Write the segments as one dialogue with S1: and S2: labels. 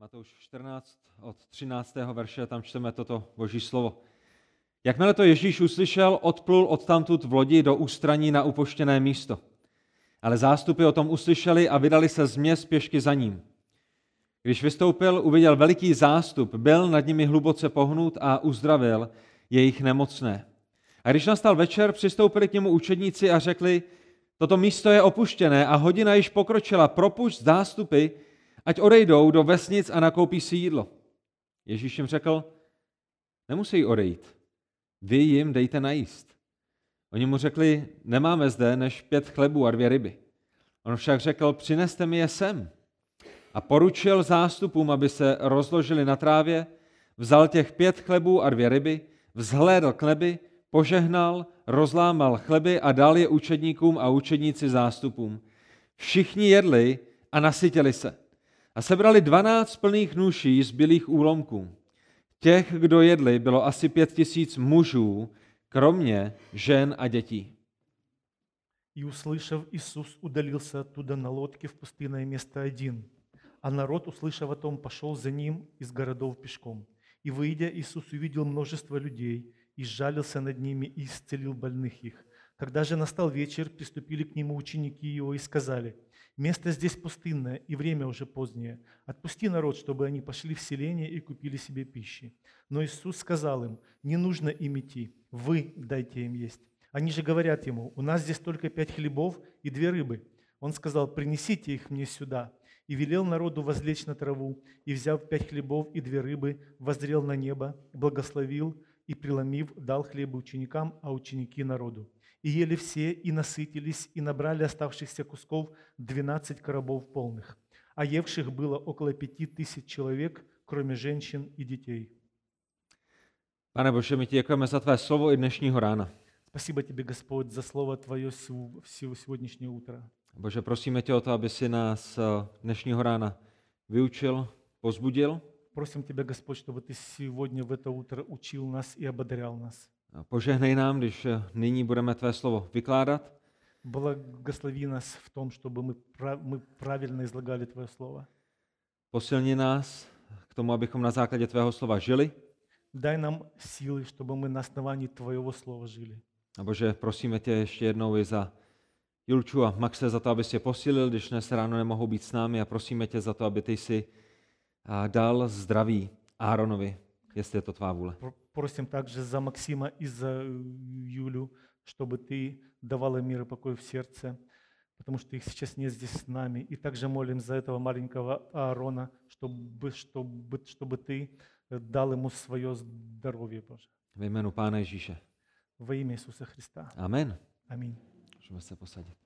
S1: Matouš 14 od 13. verše, tam čteme toto boží slovo. Jakmile to Ježíš uslyšel, odplul odtamtud v lodi do ústraní na upoštěné místo. Ale zástupy o tom uslyšeli a vydali se z měst pěšky za ním. Když vystoupil, uviděl veliký zástup, byl nad nimi hluboce pohnut a uzdravil jejich nemocné. A když nastal večer, přistoupili k němu učedníci a řekli, toto místo je opuštěné a hodina již pokročila, propušť zástupy, ať odejdou do vesnic a nakoupí si jídlo. Ježíš jim řekl, nemusí odejít, vy jim dejte najíst. Oni mu řekli, nemáme zde než pět chlebů a dvě ryby. On však řekl, přineste mi je sem. A poručil zástupům, aby se rozložili na trávě, vzal těch pět chlebů a dvě ryby, vzhlédl k nebi, požehnal, rozlámal chleby a dal je učedníkům a učedníci zástupům. Všichni jedli a nasytili se. A sebrali dvanáct plných nůší z bílých úlomků. Těch, kdo jedli, bylo asi pět tisíc mužů, kromě žen a dětí.
S2: И, услышав, Иисус удалился оттуда на лодке в пустынное место один. А народ, услышав о том, пошел за ним из городов пешком. И, выйдя, Иисус увидел множество людей, и сжалился над ними, и исцелил больных их. Когда же настал вечер, приступили к нему ученики его и сказали, «Место здесь пустынное, и время уже позднее. Отпусти народ, чтобы они пошли в селение и купили себе пищи». Но Иисус сказал им, «Не нужно им идти, вы дайте им есть». Они же говорят ему, у нас здесь только пять хлебов и две рыбы. Он сказал, принесите их мне сюда. И велел народу возлечь на траву, и, взяв пять хлебов и две рыбы, воззрел на небо, благословил и, преломив, дал хлебы ученикам, а ученики народу. И ели все, и насытились, и набрали оставшихся кусков двенадцать коробов полных. А евших было около пяти тысяч человек, кроме женщин и детей.
S1: Pane Bože, my ti děkujeme za tvé slovo i dnešního rána.
S2: Спасибо тебе, Господь, за слово Твое сю- всю сегодняшнее утро.
S1: Bože, prosíme tě o to, aby si nás eh, dnešního rána vyučil, pozbudil,
S2: Просим Тебя, Господь, чтобы Ты сегодня в это утро учил нас и ободрял нас.
S1: A Požehnej nám, když eh, nyní budeme tvé slovo vykládat.
S2: Благослови нас в том, чтобы мы, пра- мы правильно излагали Твое Слово.
S1: Posilni nás k tomu, abychom na základě tvého slova žili.
S2: Дай нам силы, чтобы мы на основании Твоего Слова жили.
S1: A Bože, prosíme tě ještě jednou i za Julču a Maxe za to, aby si je posílil, když dnes ráno nemohou být s námi a prosíme tě za to, aby ty si a, dal zdraví Áronovi, jestli je to tvá vůle.
S2: Пр- Просим также за Максима и за э, Юлю, чтобы Ты давала мир и покой в сердце, потому что их сейчас нет здесь с нами. И также молим за этого маленького Аарона, чтобы, чтобы, чтобы Ты э, дал ему свое здоровье, Боже.
S1: Ve jménu Pána Ježíše.
S2: Во имя Иисуса Христа.
S1: Amen.
S2: Аминь.
S1: Můžeme se posadit.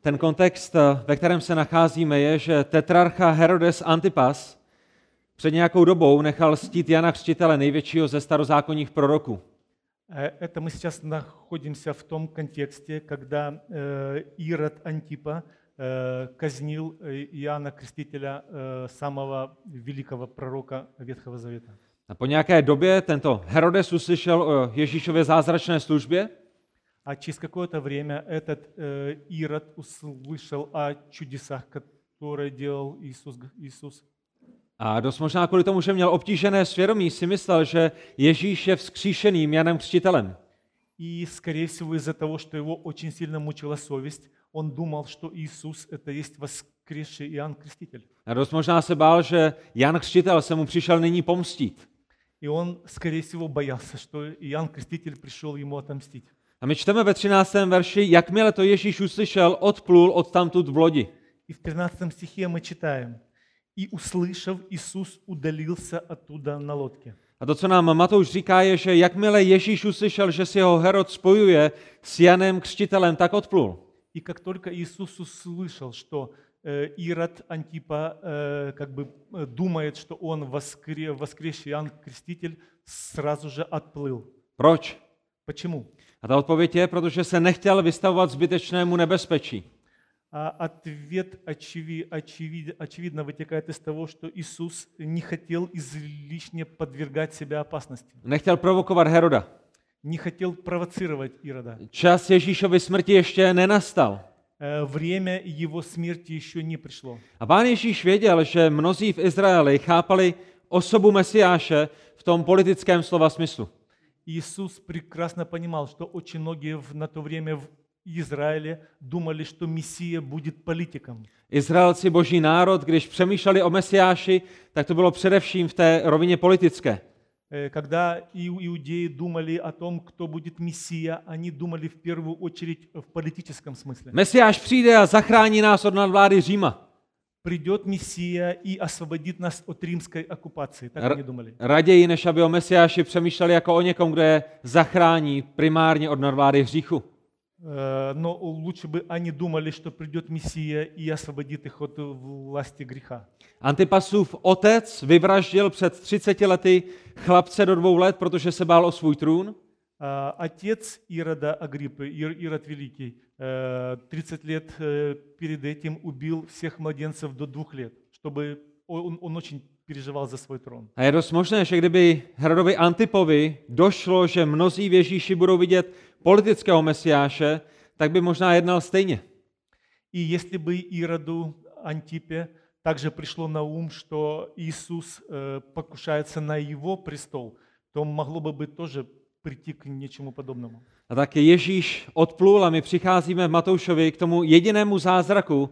S1: Ten kontext, eh, ve kterém se nacházíme, je, že tetrarcha Herodes Antipas před nějakou dobou nechal stít Jana Křtitele, největšího ze starozákonních proroků.
S2: Э, Это мы сейчас находимся в том контексте, когда э, Ирод Антипа э, казнил э, Иоанна Крестителя, э, самого великого пророка Ветхого Завета.
S1: A po nějaké době tento Herodes uslyšel o Ježíšově zázračné službě
S2: А через какое-то время этот э, Ирод услышал о чудесах, которые делал Иисус. Г- Иисус.
S1: a dost možná kvůli tomu, že měl obtížené svědomí, si myslel, že Ježíš je vzkříšeným Janem Křtitelem.
S2: И, скорее всего, из-за того, что его очень сильно мучила совесть, он думал, что Иисус – это есть воскресший Иоанн Креститель.
S1: A dost možná se bál, že Jan Křtitel se mu přišel nyní pomstít.
S2: И он, скорее всего, боялся, что Иоанн Креститель пришел ему отомстить.
S1: A my čteme ve 13. verši, jakmile to Ježíš uslyšel, odplul od tamtud v lodi.
S2: И в 13 стихе мы читаем, «И, услышав, Иисус удалился оттуда на лодке».
S1: A to, co nám Matouš říká, je, že jakmile Ježíš uslyšel, že si ho Herod spojuje s Janem Křtitelem, tak odplul.
S2: И как только Иисус услышал, что э, Ирод Антипа э, как бы э, думает, что он воскре, воскресший Иоанн Креститель, сразу же отплыл.
S1: Proč?
S2: Почему?
S1: A ta odpověď je, protože se nechtěl vystavovat zbytečnému nebezpečí.
S2: А ответ очеви- очевид- очевидно вытекает из того, что Иисус не хотел излишне подвергать себя опасности,
S1: Nechtěl provokovat Heroda.
S2: не хотел провоцировать Ирода.
S1: Čas Ježíšovy smrti ještě nenastal.
S2: Э, э, время его смерти еще не пришло.
S1: A pán Ježíš věděl, že mnozí v Izraeli chápali osobu Mesiáše v tom politickém slova smyslu.
S2: Иисус прекрасно понимал, что очень многие в- на то время в Израиле думали, что Мессия будет политиком.
S1: Izraelci, boží národ, když přemýšleli o Mesiáši, tak to bylo především v té rovině politické.
S2: Э, Когда иу- иудеи думали о том, кто будет Мессия, они думали в первую очередь в политическом смысле.
S1: Mesiáš přijde a zachrání nás od nadvlády Říma.
S2: Придет Мессия и освободит нас от римской оккупации, так
S1: Р-
S2: они думали.
S1: Raději, než aby o Mesiáši přemýšleli jako o někom, kdo je zachrání primárně od nadvlády hříchu.
S2: Э, Но лучше бы они думали, что придет Мессия и освободит их от власти греха.
S1: Antipasův otec vyvraždil před 30 lety chlapce do dvou let, protože se bál o svůj trůn.
S2: А, Отец Ирода Агриппы, Ир- Ирод Великий, э, 30 лет э, перед этим убил всех младенцев до двух лет, чтобы он, он очень переживал за свой трон.
S1: A je dost možné, že kdyby Herodovi Antipovi došlo, že mnozí v Ježíši budou vidět politického mesiáše, tak by možná jednal stejně.
S2: И если бы Ироду Антипе также пришло на ум, что Иисус э, покушается на его престол, то могло бы быть тоже прийти к нечему подобному.
S1: A tak Ježíš odplul a my přicházíme v Matoušovi k tomu jedinému zázraku,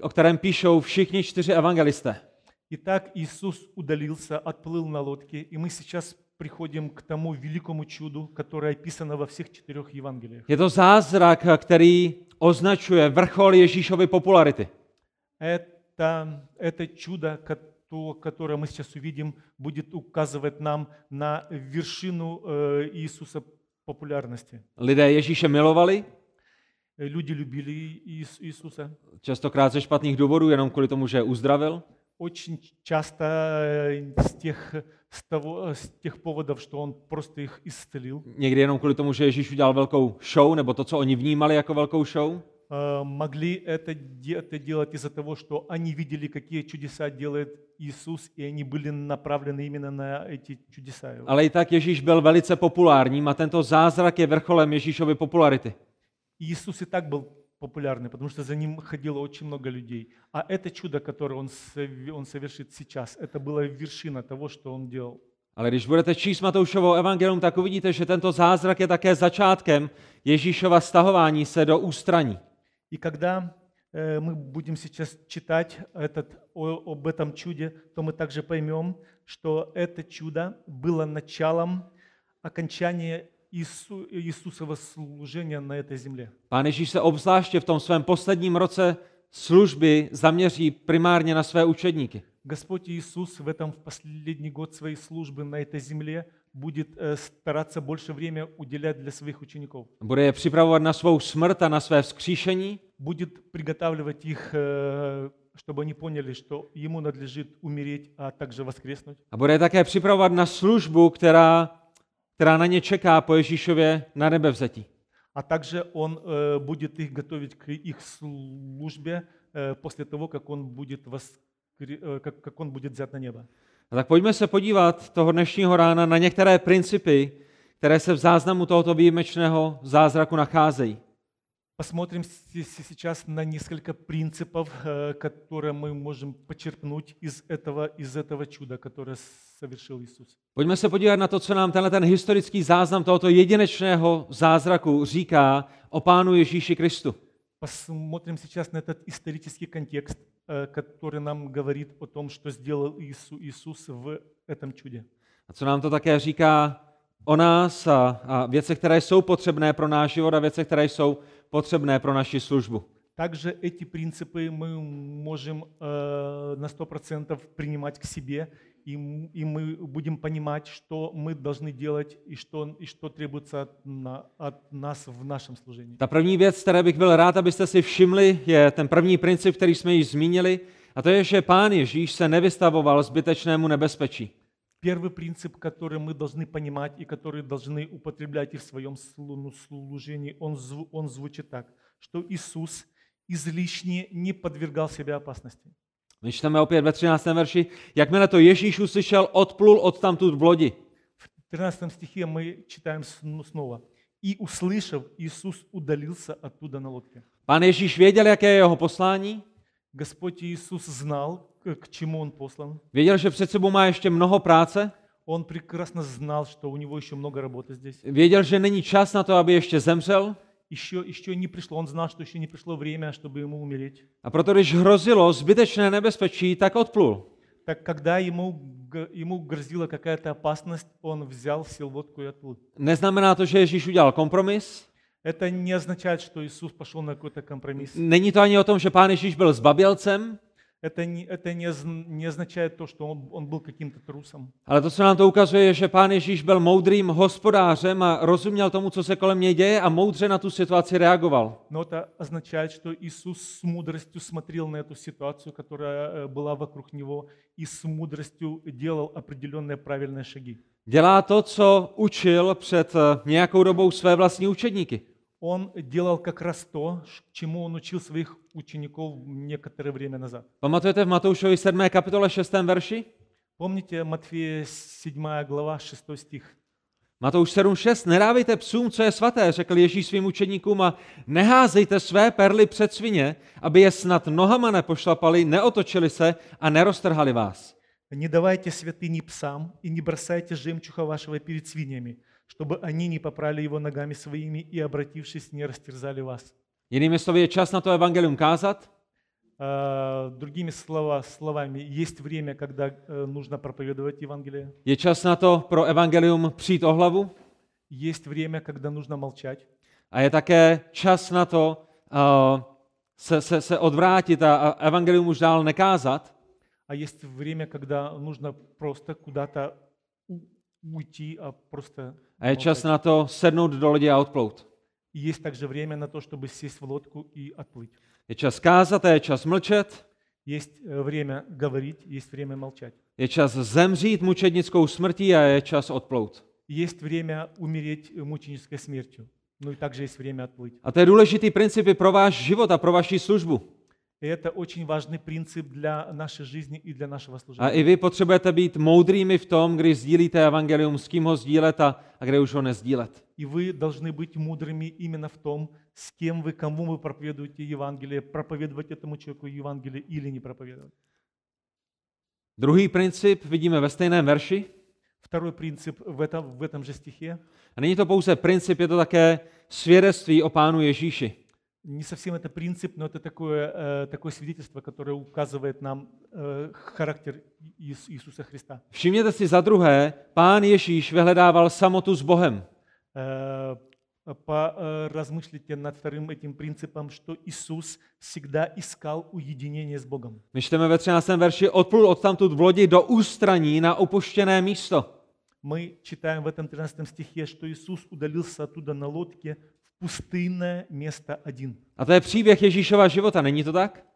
S1: o kterém píšou všichni čtyři evangelisté.
S2: Итак, Иисус удалился, отплыл на лодке, и мы сейчас приходим к тому великому чуду, которое описано во всех четырех Евангелиях.
S1: Je to zázrak, který označuje vrchol Ježíšovy popularity.
S2: Это, это чудо, кото- которое мы сейчас увидим, будет указывать нам на вершину э, Иисуса популярности.
S1: Lidé Ježíše milovali,
S2: Э, Люди любили Иис- Иисуса.
S1: častokrát ze špatných důvodů, jenom kvůli tomu, že je uzdravil.
S2: Очень часто э, с тех, с того, с тех поводов, что он просто их исцелил,
S1: Někdy jenom kvůli tomu, že Ježíš udělal velkou show, nebo to, co oni vnímali jako velkou show.
S2: э, могли это, де- это делать из-за того, что они видели, какие чудеса делает Иисус, и они были направлены именно на эти чудеса. его.
S1: Ale i tak Ježíš byl velice populárním a tento zázrak je vrcholem Ježíšovy popularity.
S2: Иисус и так был популярный, потому что за ним ходило очень много людей. А это чудо, которое он, сов- он совершит сейчас, это была вершина того, что он делал.
S1: Ale když budete číst Matoušovo evangelium, tak uvidíte, že tento zázrak je také začátkem Ježíšova stahování se do ústraní.
S2: И когда э, мы будем сейчас читать этот, о- об этом чуде, то мы также поймем, что это чудо было началом окончания Иису- Иисусова служения на этой земле.
S1: Pán Ježíš se obzvláště v tom svém posledním roce služby zaměří primárně na své učedníky.
S2: Господь Иисус в этом в последний год своей службы на этой земле будет э, стараться больше время уделять для своих учеников.
S1: Bude je připravovat na svou smrt a na své vzkříšení,
S2: будет приготавливать их, э, чтобы они поняли, что ему надлежит умереть, а также воскреснуть.
S1: A bude je také připravovat na službu, která, která na ně čeká po Ježíšově na nebevzetí.
S2: А также он э, будет их готовить к их службе э, после того, как он будет воскре- э, как, как он будет взят на небо.
S1: A tak pojďme se podívat toho dnešního rána na některé principy, které se v záznamu tohoto výjimečného zázraku nacházejí.
S2: Посмотрим се- се- сейчас на несколько принципов, э, которые мы можем почерпнуть из этого, из этого чуда, которое совершил Иисус.
S1: Pojďme se podívat na to, co nám tenhle ten historický záznam tohoto jedinečného zázraku říká o Pánu Ježíši Kristu.
S2: Посмотрим сейчас на этот исторический контекст, э, который нам говорит о том, что сделал Иису- Иисус в этом чуде.
S1: A co nám to také říká o nás a, a věcech, které jsou potřebné pro náš život a věcech, které jsou potřebné pro naši službu.
S2: Также эти принципы мы можем э, на 100% принимать к себе, и, м- и мы будем понимать, что мы должны делать и что, и что требуется от, на- от нас в нашем служении.
S1: Ta první věc, které bych byl rád, abyste si všimli, je ten první princip, který jsme již zmínili, a to je, že pán Ježíš se nevystavoval zbytečnému nebezpečí.
S2: Первый принцип, который мы должны понимать и который должны употреблять и в своем слу- ну, служении, он, зву- он звучит так, что Иисус излишне не подвергал себя опасности.
S1: My čteme opět ve 13. verši, jakmile to Ježíš uslyšel, odplul odtamtud v lodi.
S2: В 13 стихе мы читаем с- ну, снова. «И, услышав, Иисус удалился оттуда на лодке».
S1: Pán Ježíš věděl, jaké je jeho poslání,
S2: Господь Иисус знал, к к чему Он послан.
S1: věděl, že před sebou má ještě mnoho práce,
S2: Он прекрасно знал, что у него еще много работы здесь.
S1: věděl, že není čas na to, aby ještě zemřel,
S2: Еще, еще не пришло, он знал, что еще не пришло время, чтобы ему умереть.
S1: a proto, když hrozilo zbytečné nebezpečí, tak odplul.
S2: Так когда ему, г- ему грозила какая-то опасность, он взял сел водку и отплыл.
S1: Neznamená to, že Ježíš udělal kompromis,
S2: Это не означает, что Иисус пошел на какой-то компромисс.
S1: není to ani o tom, že Pán Ježíš byl zbabělcem,
S2: Это не, это не, зн- не означает то, что он, он был каким-то трусом.
S1: ale to, co nám to ukazuje, je, že Pán Ježíš byl moudrým hospodářem a rozuměl tomu, co se kolem něj děje a moudře na tu situaci reagoval.
S2: Но это означает, что Иисус с мудростью смотрел на эту ситуацию, которая э, была вокруг него, и с мудростью делал определенные правильные шаги.
S1: Dělá to, co učil před eh, nějakou dobou své vlastní učedníky.
S2: Он делал как раз то, ш- чему он учил своих учеников некоторое время назад.
S1: Pamatujete v Matoušovi 7. kapitole 6. verši?
S2: Помните Матфея 7 глава 6 стих?
S1: Matouš 7.6. Nedávejte psům, co je svaté, řekl Ježíš svým učedníkům a neházejte své perly před svině, aby je snad nohama nepošlapali, neotočili se a neroztrhali vás.
S2: «Не давайте святыни псам и не бросайте жемчуга вашего перед свиньями, чтобы они не попрали его ногами своими и, обратившись, не растерзали вас».
S1: Jinými slovy, je čas na to evangelium kázat,
S2: А, Другими слова, словами, есть время, когда э, нужно проповедовать Евангелие,
S1: je čas na to pro evangelium přijít o hlavu
S2: есть время, когда нужно молчать,
S1: a je také čas na to uh, se, se, se odvrátit a, a evangelium už dál nekázat.
S2: а есть время, когда нужно просто куда-то у- уйти, а просто
S1: A je čas
S2: молчать.
S1: na to sednout do lodi a odplout.
S2: И есть также время на то, чтобы сесть в лодку и отплыть.
S1: Je čas kázat a je čas mlčet.
S2: Есть э, время говорить, есть время молчать.
S1: Je čas zemřít mučednickou smrtí a je čas odplout.
S2: Есть время умереть э, мученической смертью. Ну и также есть время отплыть.
S1: A to je důležitý princip i pro váš život a pro vaši službu.
S2: И это очень важный принцип для нашей жизни и для нашего
S1: A
S2: служения.
S1: i vy potřebujete být moudrými v tom, kdy sdílíte evangelium, s kým ho sdílet a, a kde už ho nezdílet.
S2: И вы должны быть мудрыми именно в том, с кем вы, кому вы проповедуете Евангелие, проповедовать этому человеку Евангелие или не проповедовать.
S1: Druhý princip vidíme ve stejném verši.
S2: Второй принцип в этом, в этом же стихе.
S1: A není to pouze princip, je to také svědectví o Pánu Ježíši.
S2: Не совсем это принцип, но это такое, э, такое свидетельство, которое указывает нам э, характер Иис- Иисуса Христа.
S1: Všimněte si za druhé, Pán Ježíš vyhledával samotu s Bohem.
S2: Э, по- э, размышлите над вторым этим принципом, что Иисус всегда искал уединение с Богом.
S1: My čteme ve 13. verši, odplul odtamtud v lodi do ústraní na opuštěné místo.
S2: Мы читаем в этом 13 стихе, что Иисус удалился оттуда на лодке в пустынное место один.
S1: A to je příběh Ježíšova života, není to tak?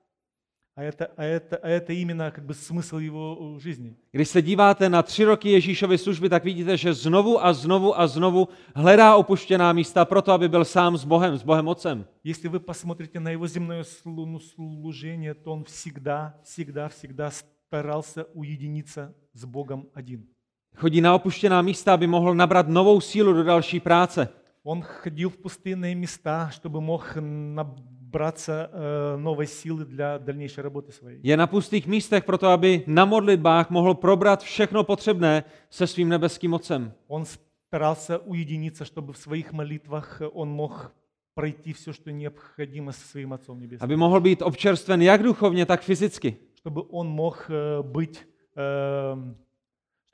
S2: А это, а это, а это именно как бы смысл его э, жизни.
S1: Když se díváte na tři roky Ježíšovy služby, tak vidíte, že znovu a znovu a znovu hledá opuštěná místa proto, aby byl sám s Bohem, s Bohem Otcem.
S2: Если вы посмотрите на его земное слу- ну, служение, то он всегда, всегда, всегда старался уединиться с Богом один.
S1: Chodí na opuštěná místa, aby mohl nabrat novou sílu do další práce.
S2: Он ходил в пустынные места, чтобы мог набраться э, новой силы для дальнейшей работы своей.
S1: Je na pustých místech proto, aby na modlitbách mohl probrat všechno potřebné se svým nebeským Otcem.
S2: Он старался уединиться, чтобы в своих молитвах э, он мог пройти все, что необходимо со своим Отцом Небесным.
S1: Aby mohl být občerstven jak duchovně, tak fyzicky.
S2: Чтобы он мог э, быть, эм,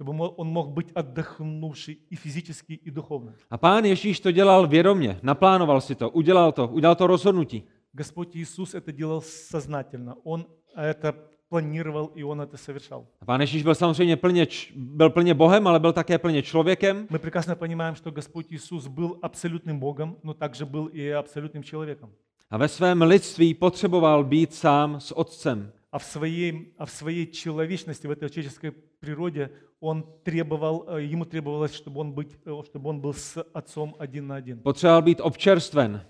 S2: чтобы мо- он мог быть отдохнувший и физически, и духовно.
S1: A pán Ježíš to dělal vědomě, naplánoval si to, udělal to, udělal to rozhodnutí.
S2: Господь Иисус это делал сознательно. Он это планировал, и он это совершал.
S1: A Pán Ježíš byl samozřejmě plně, č- byl plně Bohem, ale byl také plně člověkem.
S2: Мы прекрасно понимаем, что Господь Иисус был абсолютным Богом, но также был и абсолютным человеком.
S1: A ve svém lidství potřeboval být sám s Otcem.
S2: А в своей, а в своей человечности, в этой человеческой природе он требовал, э, ему требовалось, чтобы он, быть, э, чтобы он был с отцом один на один.
S1: Potřeboval být občerstven,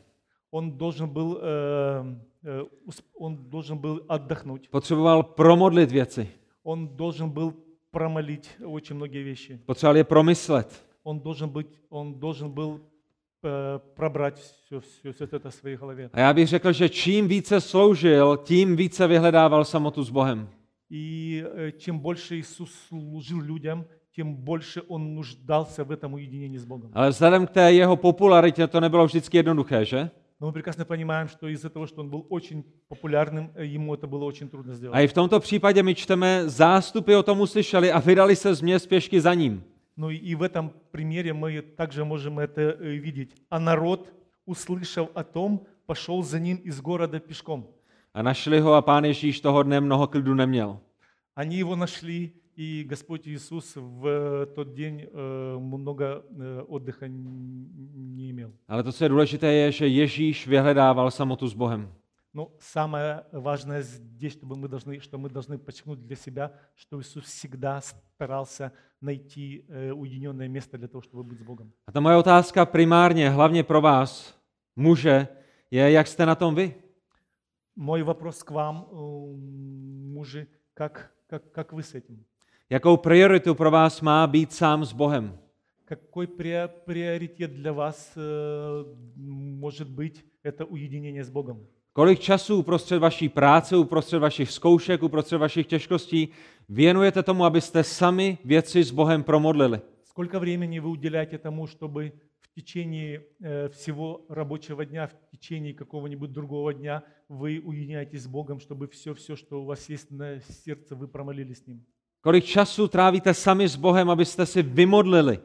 S2: Он должен был, э, э, усп- он должен был отдохнуть,
S1: potřeboval promodlit věci,
S2: он должен был промолить очень многие вещи,
S1: potřeboval je promyslet,
S2: он должен, быть, он должен был э, пробрать все, все, все это в своей голове.
S1: A já bych řekl, že čím více sloužil, tím více vyhledával samotu s Bohem.
S2: И э, чем больше Иисус служил людям, тем больше Он нуждался в этом уединении с Богом.
S1: Ale vzhledem k té jeho popularitě to nebylo vždycky jednoduché, že?
S2: Но мы прекрасно понимаем, что из-за того, что он был очень популярным, э, ему это было очень трудно
S1: A
S2: сделать.
S1: i v tomto případě my čteme, zástupy o tom uslyšeli a vydali se z měst pěšky za ním.
S2: Но Ну и в этом примере мы также можем это э, видеть. А народ, услышав о том, пошел за ним из города пешком.
S1: A našli ho a pán Ježíš toho dne mnoho klidu neměl.
S2: Они его нашли, и Господь Иисус в тот день э, много э, отдыха н- не имел.
S1: Ale to, co je důležité, je, že Ježíš vyhledával samotu s Bohem.
S2: Но Ну, самое важное здесь, чтобы мы должны, что мы должны подчеркнуть для себя, что Иисус всегда старался найти э, уединенное место для того, чтобы быть с Бogom.
S1: A ta moje otázka primárně, hlavně pro vás, muže, je, jak jste na tom vy?
S2: Мой вопрос к вам, э, мужи, как, как, как вы с этим?
S1: Jakou prioritu pro vás má být sám s Bohem?
S2: Какой прио- приоритет для вас э, может быть это уединение с Богом?
S1: Kolik času uprostřed vaší práce, uprostřed vašich zkoušek, uprostřed vašich těžkostí věnujete tomu, abyste sami věci s Bohem promodlili?
S2: Сколько времени вы уделяете тому, чтобы в течение э, всего рабочего дня, в течение какого-нибудь другого дня вы уединяетесь с Богом, чтобы все-все, что у вас есть на сердце, вы промолились с Ним?
S1: Kolik času trávíte sami s Bohem, abyste si vymodlili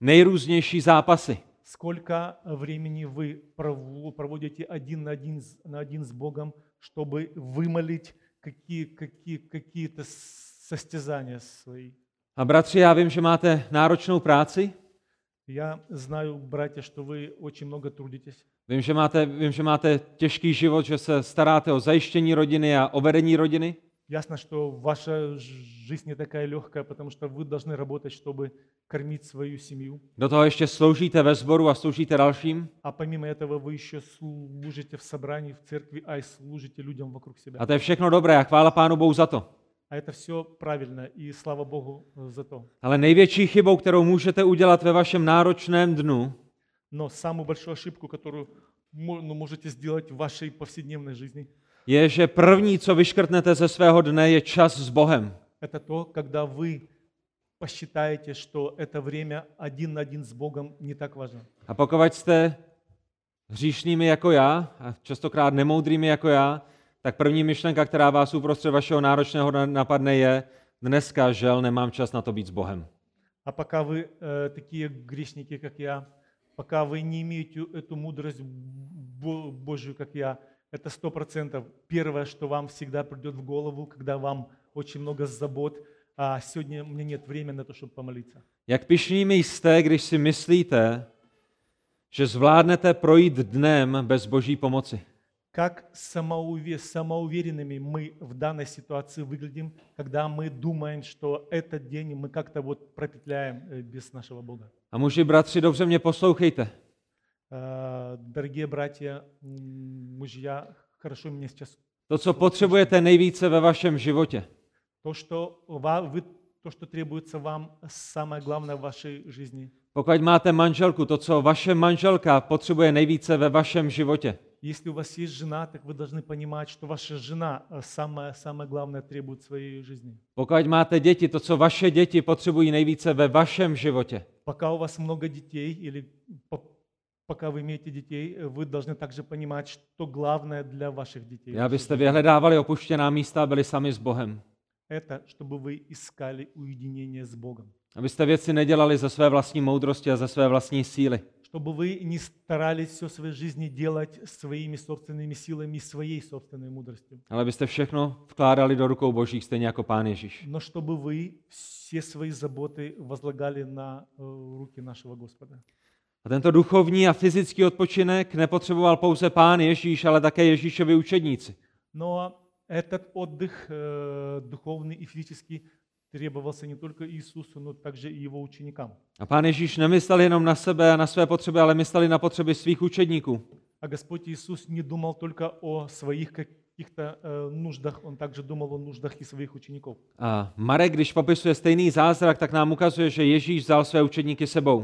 S1: nejrůznější zápasy?
S2: Сколько времени вы прову- проводите один на один, с- на один с Богом, чтобы вымолить какие, какие, какие-то с- состязания свои?
S1: A bratři, já vím, že máte náročnou práci,
S2: Я знаю, братья, что вы очень много трудитесь.
S1: vím, že máte, vím, že máte těžký život, že se staráte o zajištění rodiny a o vedení rodiny,
S2: Ясно, что ваша ж- жизнь не такая легкая, потому что вы должны работать, чтобы кормить свою семью.
S1: do toho ještě sloužíte ve sboru a sloužíte dalším
S2: А помимо этого вы еще служите в собрании, в церкви, а и служите людям вокруг себя.
S1: a to je všechno dobré a chvála Pánu Bohu za to.
S2: А это все правильно, и слава Богу э, за то.
S1: Ale největší chybou, kterou můžete udělat ve vašem náročném dnu,
S2: Но самую большую ошибку, которую мо- ну, можете сделать в вашей повседнevной жизни,
S1: je, že první, co vyškrtnete ze svého dne, je čas s Bohem.
S2: это то, когда вы посчитаете, что это время один на один с Богом не так важно.
S1: A pokud jste hříšnými jako já, a častokrát nemoudrými jako já, tak první myšlenka, která vás uprostřed vašeho náročného dne napadne, je dneska, žel, nemám čas na to být s Bohem.
S2: А пока вы э, такие грешники, как я, пока вы не имеете эту мудрость Бо- Божью, как я, это сто процентов первое, что вам всегда придет в голову, когда вам очень много забот, а сегодня у меня нет времени на то, чтобы помолиться.
S1: Jak pišnými jste, když si myslíte, že zvládnete projít dnem bez boží pomoci.
S2: Как самоуве- самоуверенными мы в данной ситуации выглядим, когда мы думаем, что этот день мы как-то вот пропетляем э, без нашего Бога.
S1: A muži, bratři, dobře mě poslouchejte.
S2: Э, Дорогие братья, м, мужья, хорошо меня сейчас
S1: To, co potřebujete nejvíce ve vašem životě,
S2: То, что, ва- вы, то, что требуется вам, самое главное в вашей жизни.
S1: pokud máte manželku, to, co vaše manželka potřebuje nejvíce ve vašem životě,
S2: Если у вас есть жена, так вы должны понимать, что ваша жена э, самое, самое главное требует в своей жизни.
S1: Pokud máte děti, to, co vaše děti potřebují nejvíce ve vašem životě.
S2: Пока у вас много детей или по- пока вы имеете детей, э, вы должны также понимать, что главное для ваших детей.
S1: Je, abyste vyhledávali opuštěná místa a byli sami s Bohem.
S2: Это чтобы вы искали уединение с Богом.
S1: Abyste věci nedělali ze své vlastní moudrosti a ze své vlastní síly.
S2: Чтобы вы не старались все своей жизни делать своими собственными силами и своей собственной мудростью.
S1: Ale abyste všechno vkládali do rukou Božích, stejně jako Pán Ježíš.
S2: но чтобы вы все свои заботы возлагали на э, руки нашего Господа.
S1: A tento duchovní a fyzický odpočinek nepotřeboval pouze Pán Ježíš, ale také Ježíšovi učedníci.
S2: Но этот отдых э, духовный и физический требовался не только Иисусу, но также и его ученикам.
S1: A Pán Ježíš nemyslel jenom na sebe a na své potřeby, ale myslel i na potřeby svých učedníků.
S2: А Господь Иисус не думал только о своих каких-то э, нуждах, Он также думал о нуждах и своих учеnikov.
S1: A Marek, když popisuje stejný zázrak, tak nám ukazuje, že Ježíš vzal své učedníky sebou.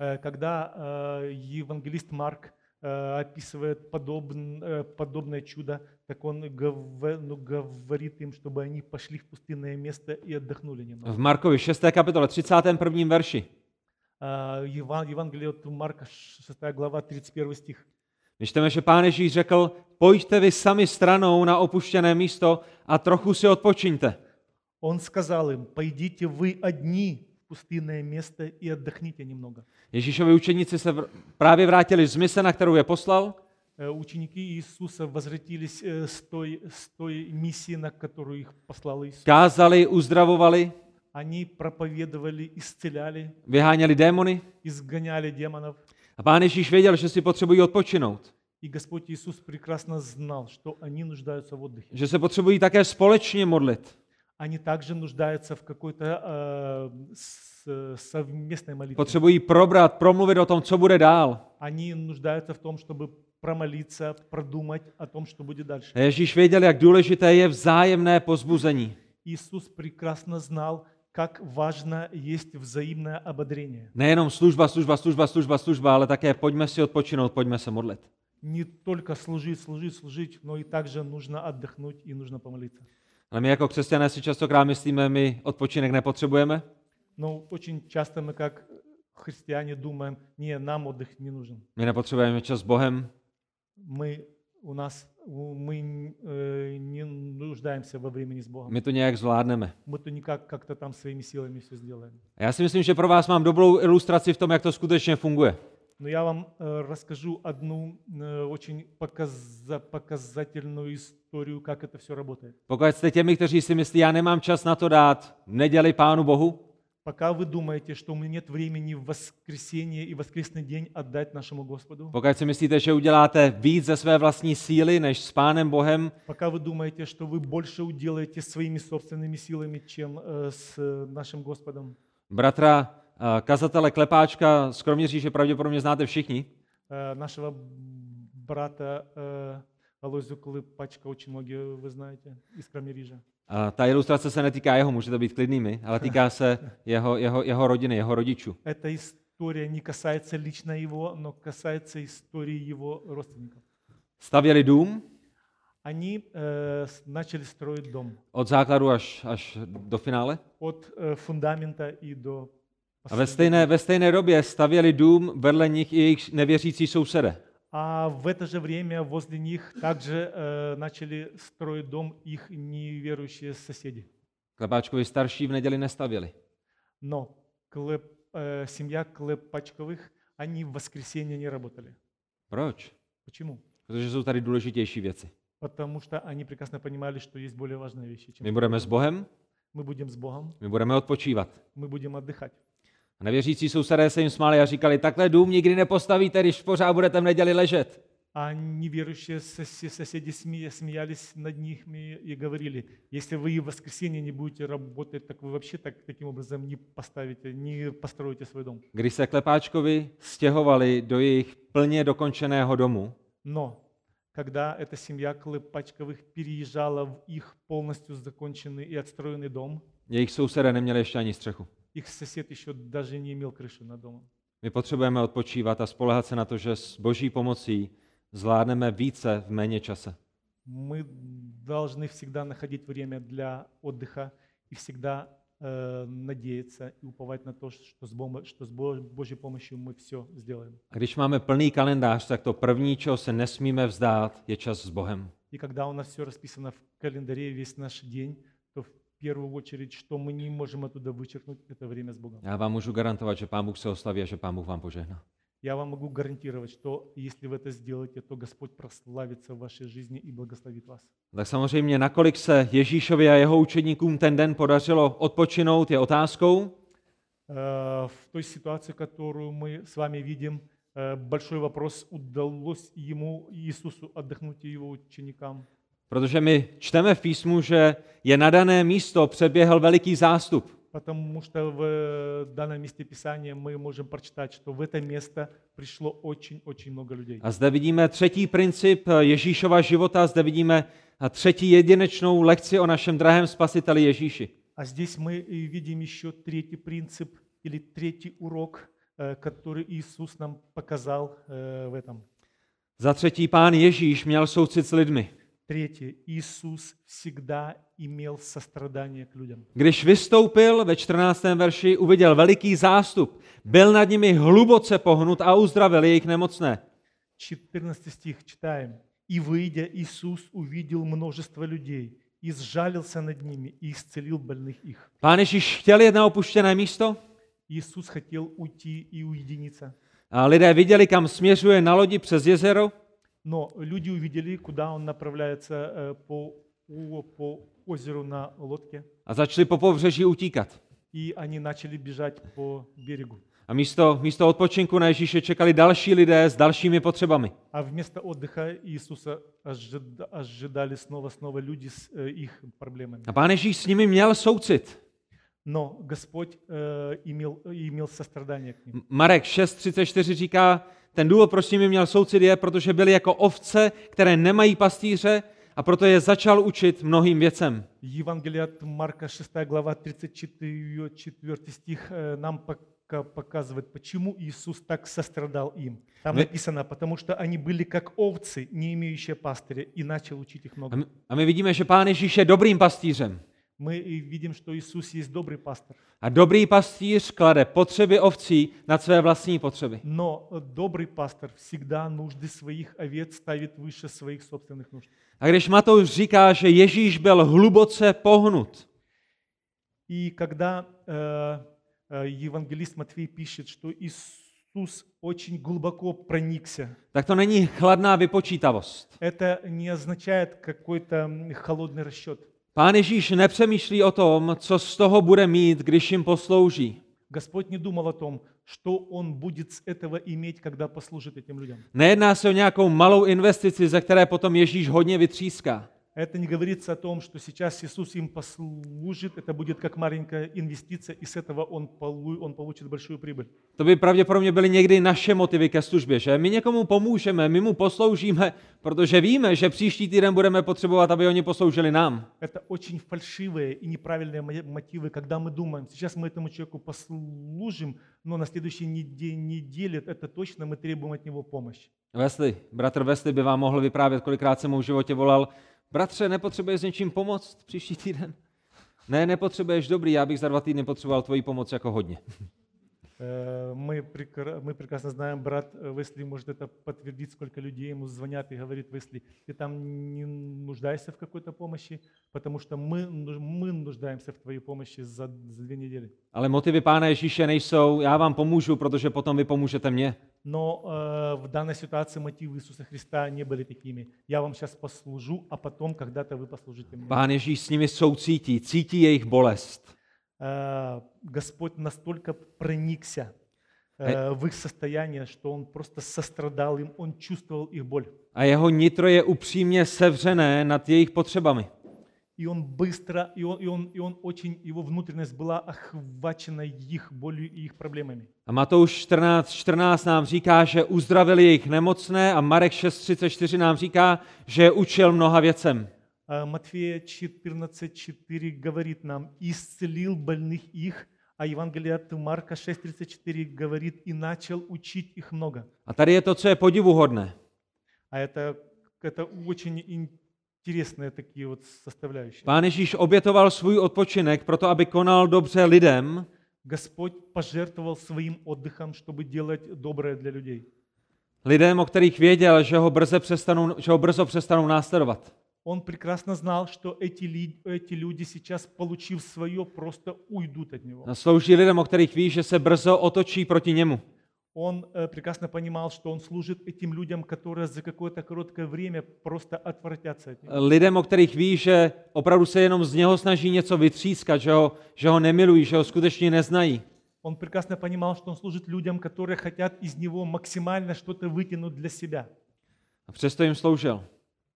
S2: Э, э, когда э, евангелист Марк э, описывает подобн- э, подобное чудо, так он гов- ну, говорит им, чтобы они пошли в пустынное место и отдохнули немного.
S1: V Markovi 6. kapitole 31. verši.
S2: Э, Еван- Евангелие от Марка, 6 глава, 31 стих.
S1: My čteme, že pán Ježíš řekl, pojďte vy sami stranou na opuštěné místo a trochu si odpočiňte.
S2: Он сказал им, пойдите вы одни в пустынное место и отдохните немного.
S1: Ježíšovi učeníci se vr- právě vrátili z mise, na kterou je poslal,
S2: Э, Ученики Иисуса возвратились э, с той, с той миссии, на которую их послал Иисус.
S1: kázali, uzdravovali,
S2: Они проповедовали, исцеляли,
S1: vyháněli démony.
S2: изгоняли демонов.
S1: A pán Ježíš věděl, že si potřebují odpočinout,
S2: И Господь Иисус прекрасно знал, что они нуждаются в отдыхе.
S1: že se potřebují také společně modlit,
S2: Они также нуждаются в какой-то э, с- э, совместной молитве.
S1: potřebují probrat, promluvit o tom, co bude dál.
S2: Они нуждаются в том, чтобы промолиться, продумать о том, что будет дальше.
S1: A Ježíš věděl, jak důležité je vzájemné pozbuzení.
S2: Иисус прекрасно знал, как важно есть взаимное ободрение.
S1: Nejenom služba, služba, služba, služba, služba, ale také pojďme si odpočinout, pojďme se modlit.
S2: Не только служить, служить, служить, но и также нужно отдохнуть и нужно помолиться.
S1: Ale my jako křesťané si častokrát myslíme, my odpočinek nepotřebujeme,
S2: Но очень часто мы как христиане думаем, не, нам отдых не нужен.
S1: my nepotřebujeme čas s Bohem,
S2: мы у нас у- мы э, не нуждаемся во времени с Богом.
S1: my to nějak zvládneme.
S2: Мы то никак как-то там своими силами все сделаем.
S1: A já si myslím, že pro vás mám dobrou ilustraci v tom, jak to skutečně funguje.
S2: Но я вам э, расскажу одну э, очень показа- показательную историю, как это все работает.
S1: Pokud jste těmi, kteří si myslí, já nemám čas na to dát neděli Pánu Bohu,
S2: Пока вы думаете, что у меня нет времени в воскресенье и воскресный день отдать нашему Господу,
S1: pokud si myslíte, že uděláte víc ze své vlastní síly než s Pánem Bohem,
S2: пока вы думаете, что вы больше уделаете своими собственными силами, чем э, с э, нашим Господом,
S1: bratra eh, kazatele Klepáčka z Kroměříže pravděpodobně znáte všichni,
S2: э, нашего брата э, Алойзу Клыпачка, очень многие вы знаете, из Крамерижа.
S1: A ta ilustrace se netýká jeho, můžete být klidnými, ale týká se jeho, jeho, jeho rodiny, jeho rodičů.
S2: Эта история не касается лично его, но касается истории его родственников.
S1: Stavěli dům
S2: Они э, с- начали строить дом
S1: od základu až, až do finále
S2: от э, фундамента и до
S1: a ve
S2: последнего.
S1: stejné, ve stejné době stavěli dům vedle nich i jejich nevěřící sousedé.
S2: А в это же время возле них также э, начали строить дом их неверующие соседи.
S1: Klepáčkovi starší v neděli nestavěli.
S2: Но Клэп- э, семья Клепачковых, они в воскресенье не работали.
S1: Proč?
S2: Почему?
S1: Protože jsou tady důležitější věci.
S2: Потому что они прекрасно понимали, что есть более важные вещи, чем
S1: My budeme s Bohem,
S2: мы будем с Богом,
S1: my budeme odpočívat.
S2: мы будem отдыхать.
S1: A nevěřící sousedé se jim smáli a říkali, takhle dům nikdy nepostavíte, když pořád budete v neděli ležet.
S2: А неверующие сосе- соседи сме- смеялись над ними и говорили, если вы и в воскресенье не будете работать, так вы вообще так, таким образом не поставите, не построите свой дом.
S1: Když se Klepáčkovi stěhovali do jejich plně dokončeného domu,
S2: Но когда эта семья Клыпачковых переезжала в их полностью законченный и отстроенный дом,
S1: Jejich sousedé neměli ještě ani střechu.
S2: их сосед еще даже не имел крыши над домом.
S1: My potřebujeme odpočívat a spolehat se na to, že s boží pomocí zvládneme více v méně čase.
S2: Мы должны всегда находить время для отдыха и всегда э, надеяться и уповать на то, что с, Бом- что с Бо- Божьей помощью мы все сделаем.
S1: A když máme plný kalendář, tak to první, čeho se nesmíme vzdát, je čas s Bohem.
S2: И когда у нас все расписано в календаре весь наш день, то в первую очередь, что мы не можем оттуда вычеркнуть, это время с Богом.
S1: Já vám můžu garantovat, že Pán Bůh se oslaví a že Pán Bůh vám požehná.
S2: Я вам могу гарантировать, что если вы это сделаете, то Господь прославится в вашей жизни и благословит вас.
S1: Tak samozřejmě, nakolik se Ježíšovi a jeho učedníkům ten den podařilo odpočinout, je otázkou.
S2: Э, в той ситуации, которую мы с вами видим, э, большой вопрос, удалось ему, Иисусу, отдохнуть и его ученикам.
S1: Protože my čteme v písmu, že je na dané místo přeběhl veliký zástup.
S2: Потому что в э, данном месте Писания мы можем прочитать, что в это место пришло очень-очень много людей.
S1: A zde vidíme třetí princip eh, Ježíšova života, zde vidíme eh, třetí jedinečnou lekci o našem drahém spasiteli Ježíši.
S2: А здесь мы и видим еще третий принцип или третий урок э, который Иисус нам показал э, в этом.
S1: Za třetí, pán Ježíš měl soucit s lidmi.
S2: Третье. Иисус всегда имел сострадание к людям.
S1: Když vystoupil ve 14. verši, uviděl veliký zástup. Byl nad nimi hluboce pohnut a uzdravil jejich nemocné.
S2: 14 стих читаем. «И выйдя, Иисус увидел множество людей, и сжалился над ними, и исцелил больных их».
S1: Pán Ježíš chtěl jít na opuštěné místo
S2: Иисус хотел уйти и уединиться,
S1: a lidé viděli, kam směřuje na lodi přes jezero,
S2: но люди увидели, куда он направляется э, по, у- по озеру на лодке,
S1: a začali po pobřeží utíkat.
S2: и они начали бежать по берегу.
S1: A místo, místo odpočinku na Ježíše čekali další lidé s dalšími potřebami.
S2: А вместо отдыха Иисуса ожида- ожидали снова-снова люди с э, их проблемами.
S1: A pán Ježíš s nimi měl soucit.
S2: Но Господь э, имел, имел сострадание к ним.
S1: M- Marek 6.34 říká, ten důvod, proč s nimi měl soucit, je, protože byli jako ovce, které nemají pastýře a proto je začal učit mnohým věcem.
S2: Евангелие от Марка, 6 глава, 34 четвёртый стих э, нам пока показывает, почему Иисус так сострадал им. Там
S1: Мы-
S2: написано, потому что они были как овцы, не имеющие пастыря, и начал учить их
S1: A
S2: много.
S1: my, a my vidíme, že pán Ježíš je dobrým pastýřem.
S2: Мы и видим, что Иисус есть добрый пастор,
S1: A dobrý pastýř klade potřeby ovcí nad své vlastní potřeby.
S2: но э, добрый пастор всегда нужды своих овец ставит выше своих собственных нужд.
S1: A když Matouš říká, že Ježíš byl hluboce pohnut,
S2: И когда э, э, евангелист Матфей пишет, что Иисус очень глубоко проникся,
S1: tak to není chladná vypočítavost.
S2: это не означает какой-то м, холодный расчет.
S1: Pán Ježíš nepřemýšlí o tom, co z toho bude mít, když jim poslouží.
S2: Господь не думал о том, что Он будет с этого иметь, когда послужит этим людям.
S1: Nejedná se o nějakou malou investici, ze které potom Ježíš hodně vytříská.
S2: Это не говорится о том, что сейчас Иисус им послужит, это будет как маленькая инвестиция, и с этого он, полу- он получит большую прибыль.
S1: To by pravděpodobně byly někdy naše motivy ke službě, že my někomu pomůžeme, my mu posloužíme, protože víme, že příští týden budeme potřebovat, aby oni posloužili nám.
S2: Это очень фальшивые и неправильные мо- мотивы, когда мы думаем, сейчас мы этому человеку послужим, но на следующей неде- неделе это точно мы требуем от него помощи.
S1: Wesley, bratr Wesley by vám mohl vyprávět, kolikrát jsem mu v životě volal, bratře, nepotřebuješ s něčím pomoct příští týden? Ne, nepotřebuješ, dobrý, já bych za dva týdny potřeboval tvoji pomoc jako hodně.
S2: Э, Мы, прекра- мы прекрасно знаем, брат э, Весли может это подтвердить, сколько людей ему звонят и говорит, Весли, ты там не нуждаешься в какой-то помощи, потому что мы, нуж- мы нуждаемся в твоей помощи за, за две недели.
S1: Ale motivy Pána Ježíše nejsou, já vám pomůžu, protože potom vy pomůžete mně.
S2: Но э, в данной ситуации мотивы Иисуса Христа не были такими. Я вам сейчас послужу, а потом когда-то вы послужите мне.
S1: Pán Ježíš s nimi soucítí, cítí jejich bolest.
S2: Э, Господь настолько проникся э, в их состояние, что Он просто сострадал им, Он чувствовал их боль.
S1: A jeho nitro je upřímně sevřené nad jejich potřebami.
S2: И он быстро, и он, и он, и он очень, его внутренность была охвачена их болью и их проблемами.
S1: A Matouš 14, 14 nám říká, že uzdravili jejich nemocné a Marek 6.34 nám říká, že je učil mnoha věcem.
S2: А Матфея 14:4 говорит нам, исцелил больных их, а Евангелие от Марка 6:34 говорит, и начал učить их много.
S1: A tady je to, co je podivuhodné.
S2: А это, это очень интересные такие вот составляющие.
S1: Pán Ježíš obětoval svůj odpočinek proto, aby konal dobře lidem,
S2: Господь пожертвовал своим отдыхом, чтобы делать доброе для людей.
S1: lidem, o kterých věděl, že ho, brze přestanou, že ho brzo přestanou následovat.
S2: Он прекрасно знал, что эти, ли- эти люди сейчас, получив свое, просто уйдут от него.
S1: A slouží lidem, o kterých ví, že se brzo otočí proti němu.
S2: Он э, прекрасно понимал, что он служит этим людям, которые за какое-то короткое время просто отвратятся от него.
S1: Lidem, o kterých ví, že opravdu se jenom z něho snaží něco vytřískat, že ho, že ho nemilují, že ho skutečně neznají.
S2: Он прекрасно понимал, что он служит людям, которые хотят из него максимально что-то вытянуть для себя.
S1: A přesto jim sloužil.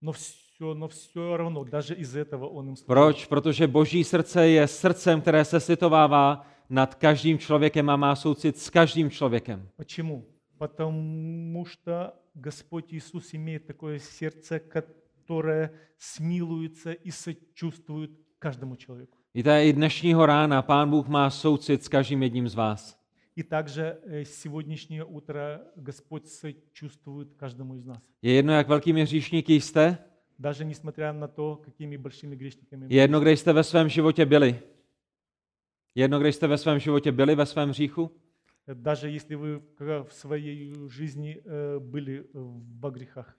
S2: Но все, но все равно, даже из этого он им служил.
S1: Proč? Protože boží srdce je srdcem, které se slitovává nad každým člověkem a má soucit s každým člověkem.
S2: Почему? Потому что Господь Иисус имеет такое сердце, которое смилуется и сочувствует каждому человеку.
S1: Víte, i dnešního rána pán Bůh má soucit s každým jedním z vás.
S2: И также э, сегодняшнее утро Господь сочувствует каждому из нас.
S1: Je jedno, jak velkými hříšníky jste,
S2: Даже несмотря на то, какими большими грешниками мы
S1: je jedno, kde jste ve svém životě byli. Je jedno, kde jste ve svém životě byli, ve svém hříchu.
S2: Даже если вы к- в своей жизни э, были э, во грехах,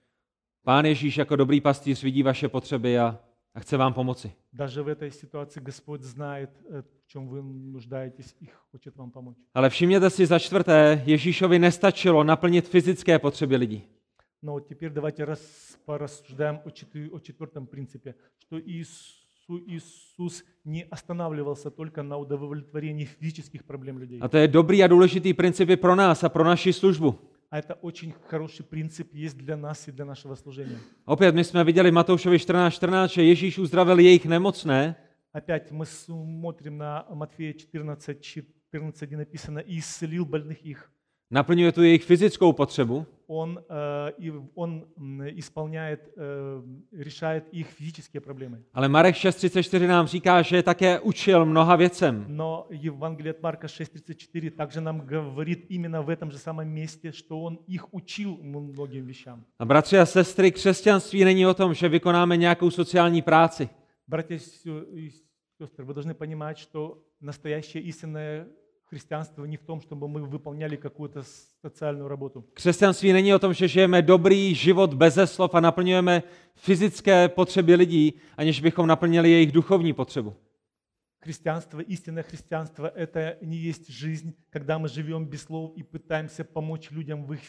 S1: Pán Ježíš jako dobrý pastýř vidí vaše potřeby a, a chce vám pomoci.
S2: даже в этой ситуации Господь знает, э, в чем вы нуждаетесь и хочет вам помочь.
S1: Ale všimněte si za čtvrté, Ježíšovi nestačilo naplnit fyzické potřeby lidí.
S2: Но вот теперь давайте раз, порассуждаем о, четы- о четвертом принципе, что Иису- Иисус не останавливался только на удовлетворении физических проблем людей.
S1: A to je dobrý a důležitý princip i pro nás a pro naši službu.
S2: А это очень хороший принцип есть для нас и для našeho служения.
S1: Opět my jsme viděli v Matoušovi 14.14, 14, že Ježíš uzdravil jejich nemocné,
S2: Опять мы смотрим на Матфея 14, 14, где написано «И исцелил больных их».
S1: naplňuje tu jejich fyzickou potřebu,
S2: Он, э, и он м, исполняет, э, решает их физические проблемы.
S1: ale Marek 6.34 nám říká, že je také učil mnoha věcem.
S2: Но Евангелие от Марка 6.34 также нам говорит именно в этом же самом месте, что он их učил многим вещам.
S1: A bratři a sestry, křesťanství není o tom, že vykonáme nějakou sociální práci.
S2: Братья и сё- и сестры, вы должны понимать, что настоящее истинное христианство не в том, чтобы мы выполняли какую-то социальную работу.
S1: Křesťanství není o tom, že žijeme dobrý život beze slov a naplňujeme fyzické potřeby lidí, aniž bychom naplnili jejich duchovní potřebu.
S2: Христианство, истинное христианство – это не есть жизнь, когда мы живем без слов и пытаемся помочь людям в их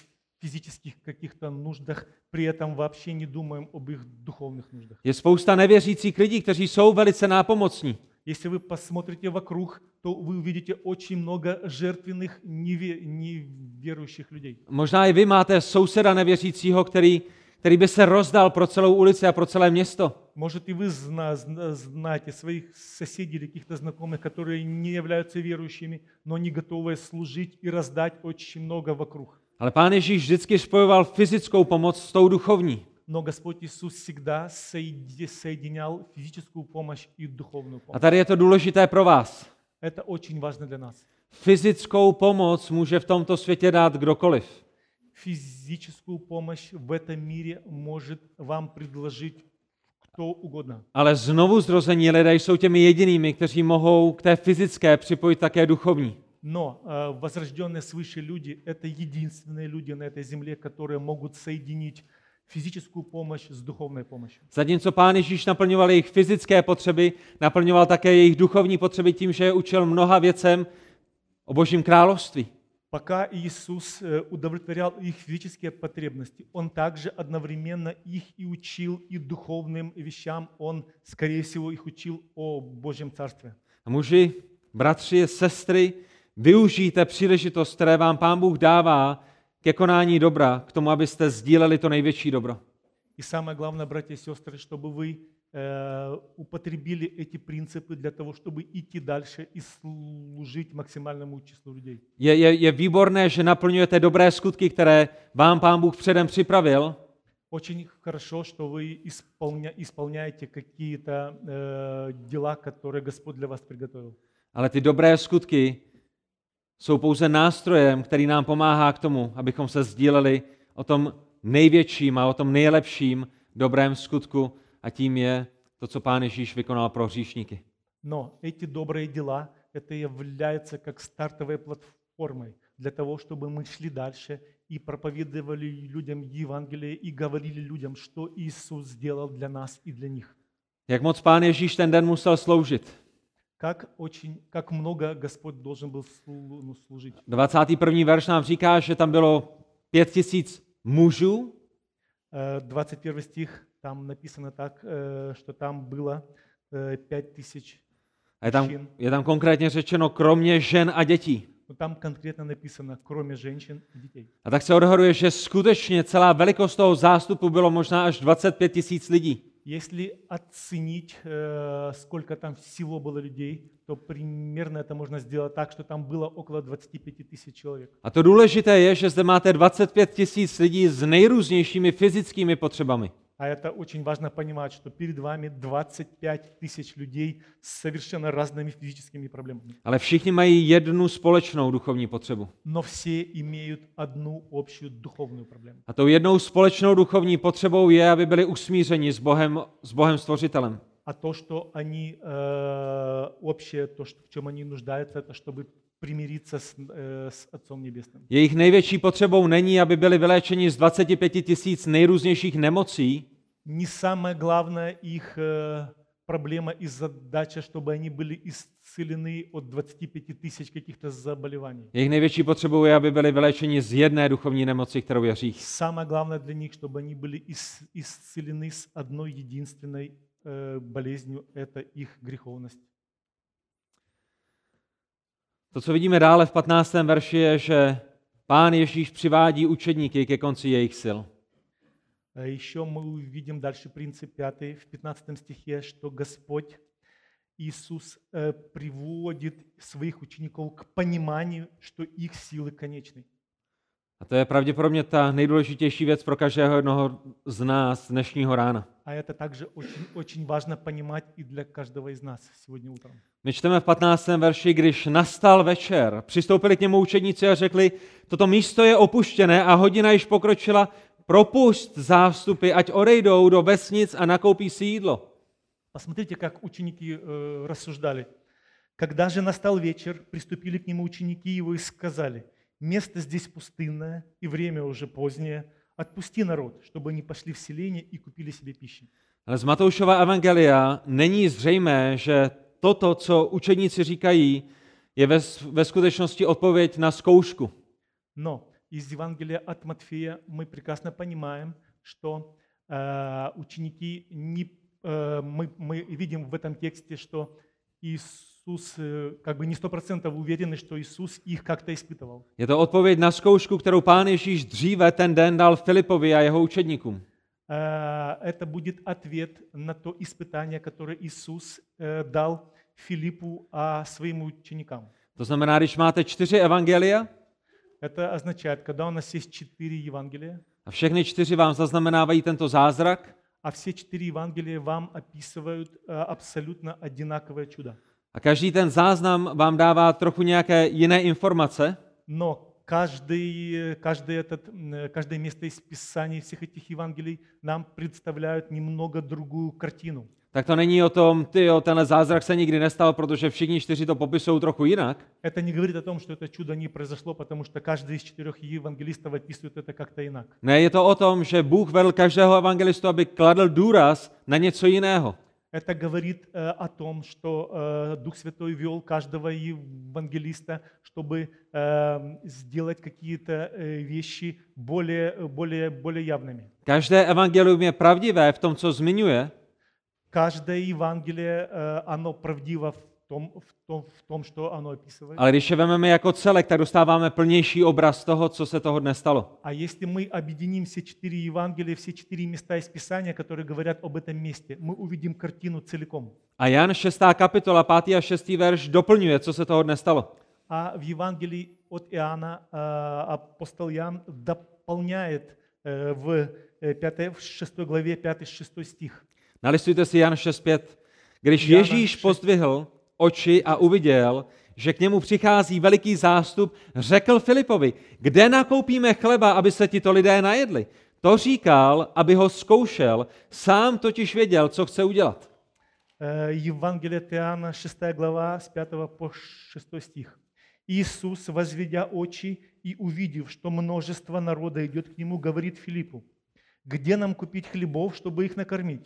S2: физических каких-то нуждах, при этом вообще не думаем об их духовных нуждах.
S1: Je spousta nevěřících lidí, kteří jsou velice nápomocní,
S2: Если вы посмотрите вокруг, то вы увидите очень много жертвенных неве- неверующих людей.
S1: Možná i vy máte souseda nevěřícího, který, který by se rozdal pro celou ulici a pro celé město.
S2: Может, и вы зна- зна- знаете своих соседей или каких-то знакомых, которые не являются верующими, но не готовы служить и раздать очень много вокруг.
S1: Ale pán Ježíš vždycky spojoval fyzickou pomoc s tou duchovní.
S2: Но Господь Иисус всегда соеди- соединял физическую помощь и духовную
S1: A
S2: помощь.
S1: tady je to důležité pro vás.
S2: Это очень важно для нас.
S1: Fyzickou pomoc může v tomto světě dát kdokoliv.
S2: Физическую помощь в этом мире может вам предложить кто угодно.
S1: Ale znovu zrození lidé jsou těmi jedinými, kteří mohou k té fyzické připojit také duchovní.
S2: Но э, возрожденные свыше люди – это единственные люди на этой земле, которые могут соединить физическую помощь с духовной помощью.
S1: Zatímco pán Ježíš naplňoval jejich fyzické potřeby, naplňoval také jejich duchovní potřeby tím, že je učil mnoha věcem o božím království.
S2: Пока Иисус э, удовлетворял их физические потребности, Он также одновременно их и учил и духовным вещам, Он, скорее всего, их учил о Божьем Царстве.
S1: A muži, bratři, sestry, využijte příležitost, které vám Pán Bůh dává ke konání dobra, k tomu, abyste sdíleli to největší dobro.
S2: И самое главное, братья и сестры, чтобы вы э, употребили эти принципы для того, чтобы идти дальше и служить максимальному числу людей.
S1: Je, je, je výborné, že naplňujete dobré skutky, které vám Pán Bůh předem připravil,
S2: Очень хорошо, что вы исполня- исполняете какие-то э, дела, которые Господь для вас приготовил.
S1: ale ty dobré skutky jsou pouze nástrojem, který nám pomáhá k tomu, abychom se sdíleli o tom největším a o tom nejlepším dobrém skutku a tím je to, co Pán Ježíš vykonal pro hříšníky.
S2: Но эти добрые дела, это является как стартовой платформой для того, чтобы мы шли дальше и проповедовали людям Евангелие и говорили людям, что Иисус сделал для нас и для них.
S1: Jak moc Pán Ježíš ten den musel sloužit?
S2: Как, очень, как много Господь должен был слу- ну, служить.
S1: 21. verš nám říká, že tam bylo pět tisíc mužů,
S2: Э, 21 стих, tam написано так, э, что там было э, пять тысяч
S1: a je tam,
S2: Žen.
S1: je tam konkrétně řečeno kromě žen a dětí.
S2: Но там конкретно написано, кроме женщин и детей.
S1: A tak se odhaduje, že skutečně celá velikost toho zástupu bylo možná až 25 tisíc lidí.
S2: Если оценить, э, сколько там всего было людей, то примерно это можно сделать так, что там было около 25 тысяч человек.
S1: A to důležité je, že zde máte 25 tisíc lidí s nejrůznějšími fyzickými potřebami.
S2: А это очень важно понимать, что перед вами 25 тысяч людей с совершенно разными физическими проблемами.
S1: Ale všichni mají jednu společnou duchovní potřebu.
S2: Но все имеют одну общую духовную проблему.
S1: A tou jednou společnou duchovní potřebou je, aby byli usmířeni s Bohem, s Bohem Stvořitelem.
S2: А то, что они э, общее, то, что, в чем они нуждаются, это чтобы примириться с, э, с Отцом Небесным.
S1: Jejich největší potřebou není, aby byli vyléčeni z 25 tisíc nejrůznějších nemocí,
S2: Не самая главная их э, проблема и задача, чтобы они были исцелены от 25 tысяч каких-то заболеваний.
S1: jejich největší potřebou je, aby byli vyléčeni z jedné duchovní nemoci, kterou je hřích.
S2: Самое главное для них, чтобы они были ис- исцелены с одной единственной э, болезнью, это их греховность.
S1: To, co vidíme dále v 15. verši, je, že pán Ježíš přivádí učedníky ke konci jejich sil.
S2: А Еще мы увидим дальше принцип 5 в 15 стихе, что Господь Иисус э, приводит своих учеников к пониманию, что их силы конечны.
S1: A to je pravděpodobně ta nejdůležitější věc pro každého jednoho z nás dnešního rána.
S2: А это также очень, очень важно понимать и для каждого из нас сегодня утром.
S1: My čteme v 15. verši, když nastal večer, přistoupili k němu učedníci a řekli, toto místo je opuštěné a hodina již pokročila, propust zástupy, ať odejdou do vesnic a nakoupí si jídlo.
S2: Посмотрите, как ученики э, рассуждали. Когда же настал вечер, приступили к нему ученики его и сказали, место здесь пустынное и время уже позднее, отпусти народ, чтобы они пошли в селение и купили себе пищи.
S1: Ale z Matoušova evangelia není zřejmé, že toto, co učedníci říkají, je ve, ve skutečnosti odpověď na zkoušku.
S2: Но из Евангелия от Матфея мы прекрасно понимаем, что э, ученики не, э, мы, мы видим в этом тексте, что Иисус, э, как бы не сто процентов уверены, что Иисус их как-то испытывал.
S1: Je to odpověď na zkoušku, kterou pán Ježíš dříve ten den dal Filipovi a jeho učedníkům.
S2: Э, Это будет ответ на то испытание, которое Иисус э, дал Филиппу, а своим ученикам.
S1: To znamená, když máte čtyři evangelia,
S2: Это означает, когда у нас есть четыре Евангелия,
S1: A všechny čtyři vám zaznamenávají tento zázrak
S2: а все четыре Евангелия вам описывают э, абсолютно одинаковое чудо.
S1: a každý ten záznam vám dává trochu nějaké jiné informace,
S2: Но каждый, э, каждый этот, м, э, каждое место из Писаний всех этих Евангелий нам представляют немного другую картину.
S1: tak to není o tom, ty jo, tenhle zázrak se nikdy nestal, protože všichni čtyři to popisují trochu jinak,
S2: Это не говорит о том, что это чудо не произошло, потому что каждый из четырех евангелистов описывает это как-то инак.
S1: ne, je to o tom, že Bůh vedl každého evangelistu, aby kladl důraz na něco jiného.
S2: Это говорит э, о том, что э, Дух Святой вел каждого евангелиста, чтобы э, сделать какие-то э, вещи более, более, более явными.
S1: Každé evangelium je pravdivé v tom, co zmiňuje,
S2: Каждое Евангелие, э, оно правдиво в том, в, том, в том, что оно описывает.
S1: ale když je vememe jako celek, tak dostáváme plnější obraz toho, co se toho dne stalo.
S2: А если мы объединим все четыре Евангелия, все четыре места из Писания, которые говорят об этом месте, мы увидим картину целиком.
S1: A Jan 6. kapitola 5. a 6. verš doplňuje, co se toho dne stalo.
S2: А в Евангелии от Иоанна э, апостол Иоанн дополняет э, в 5, 6 главе 5-6 стих.
S1: Nalistujte si Jan 6.5. Když
S2: Jana
S1: Ježíš
S2: 6.
S1: pozdvihl oči a uviděl, že k němu přichází veliký zástup, řekl Filipovi, kde nakoupíme chleba, aby se tito lidé najedli? To říkal, aby ho zkoušel, sám totiž věděl, co chce udělat.
S2: Э, Евангелие от Иоанна, 6 глава, с 5 по 6 стих. «Иисус, возведя очи и увидев, что множество народа идет к нему, говорит Филиппу, где нам купить хлебов, чтобы их накормить?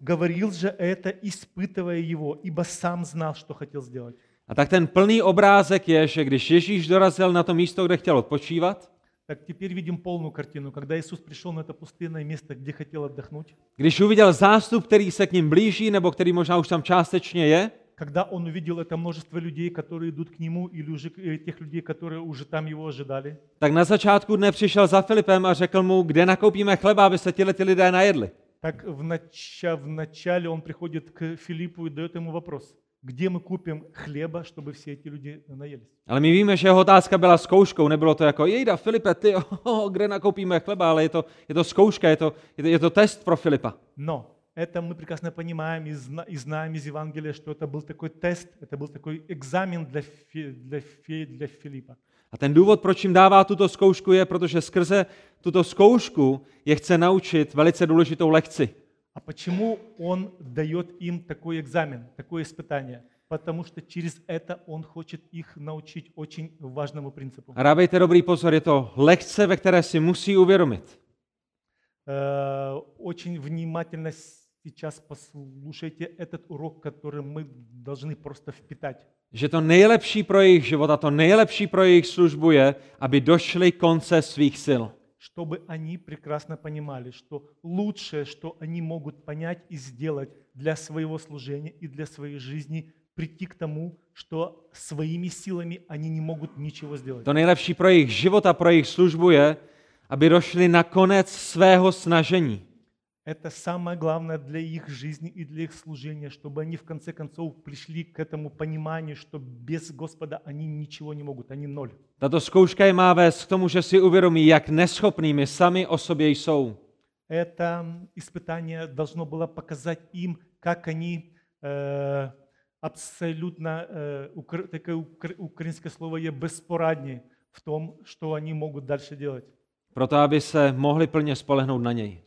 S2: Говорил же это, испытывая его, ибо сам знал, что хотел сделать.
S1: A tak ten plný obrázek je, že když Ježíš dorazil na to místo, kde chtěl odpočívat,
S2: Так теперь видим полную картину. Когда Иисус пришел на это пустынное место, где хотел отдохнуть,
S1: když uviděl zástup, který se k ním blíží, nebo který možná už tam částečně je,
S2: когда он увидел это множество людей, которые идут к нему, или уже э, тех людей, которые уже там его ожидали,
S1: tak na začátku dne přišel za Filipem a řekl mu, kde nakoupíme chleba, aby se tyhle ty lidé najedli.
S2: Так в, нача- в начале он приходит к Филиппу и дает ему вопрос, где мы купим хлеба, чтобы все эти люди наелись.
S1: Ale my víme, že jeho otázka byla zkouškou, nebylo to jako, jejda Filipe, ty, oh, kde nakoupíme chleba, ale je to, je to zkouška, je to, je to, je to test pro Filipa.
S2: Но это мы прекрасно понимаем и зна- и знаем из Евангелия, что это был такой тест, это был такой экзамен для, Фи- для, Фи- для Филиппа.
S1: A ten důvod, proč jim dává tuto zkoušku, je, protože skrze tuto zkoušku je chce naučit velice důležitou lekci.
S2: А почему он дает им такой экзамен, такое испытание? Потому что через это он хочет их научить очень важному принципу.
S1: A dávejte dobrý pozor, je to lekce, ve které si musí uvědomit,
S2: Э, Очень внимательно сейчас послушайте этот урок, который мы должны просто впитать.
S1: že to nejlepší pro jejich život a to nejlepší pro jejich službu je, aby došli konce svých sil.
S2: чтобы они прекрасно понимали, что лучшее, что они могут понять и сделать для своего служения и для своей жизни, прийти к тому, что своими силами они не могут ничего сделать.
S1: To nejlepší pro jejich život a pro jejich službu je, aby došli na konec svého snažení.
S2: Это самое главное для их жизни и для их служения, чтобы они в конце концов пришли к этому пониманию, что без Господа они ничего не могут, они ноль.
S1: Tato zkouška je má vést k tomu, že si uvědomí, jak neschopnými sami o sobě jsou.
S2: Это испытание должно было показать им, как они э, абсолютно, э, укра- такое укра- украинское слово «е» беспорадні в том, что они могут дальше делать.
S1: Proto, aby se mohli plně spolehnout na něj.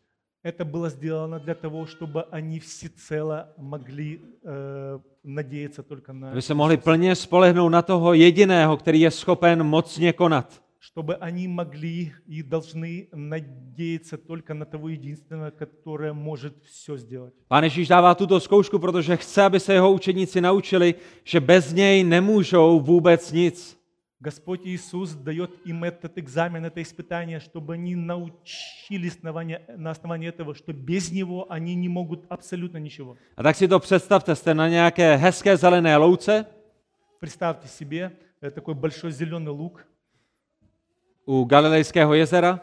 S2: Это было сделано для того, чтобы они всецело могли э, надеяться только на...
S1: Aby se mohli plně spolehnout na toho jediného, který je schopen mocně konat.
S2: Чтобы они могли и должны надеяться только на того единственного, которое может все сделать.
S1: Pán Ježíš dává tuto zkoušku, protože chce, aby se jeho učeníci naučili, že bez něj nemůžou vůbec nic.
S2: Господь Иисус дает им этот экзамен, это испытание, чтобы они научились на основании, на основании этого, что без Него они не могут абсолютно ничего.
S1: A tak si to představte, jste na nějaké hezké zelené louce
S2: Представьте себе э, такой большой зеленый лук,
S1: u Galilejského jezera,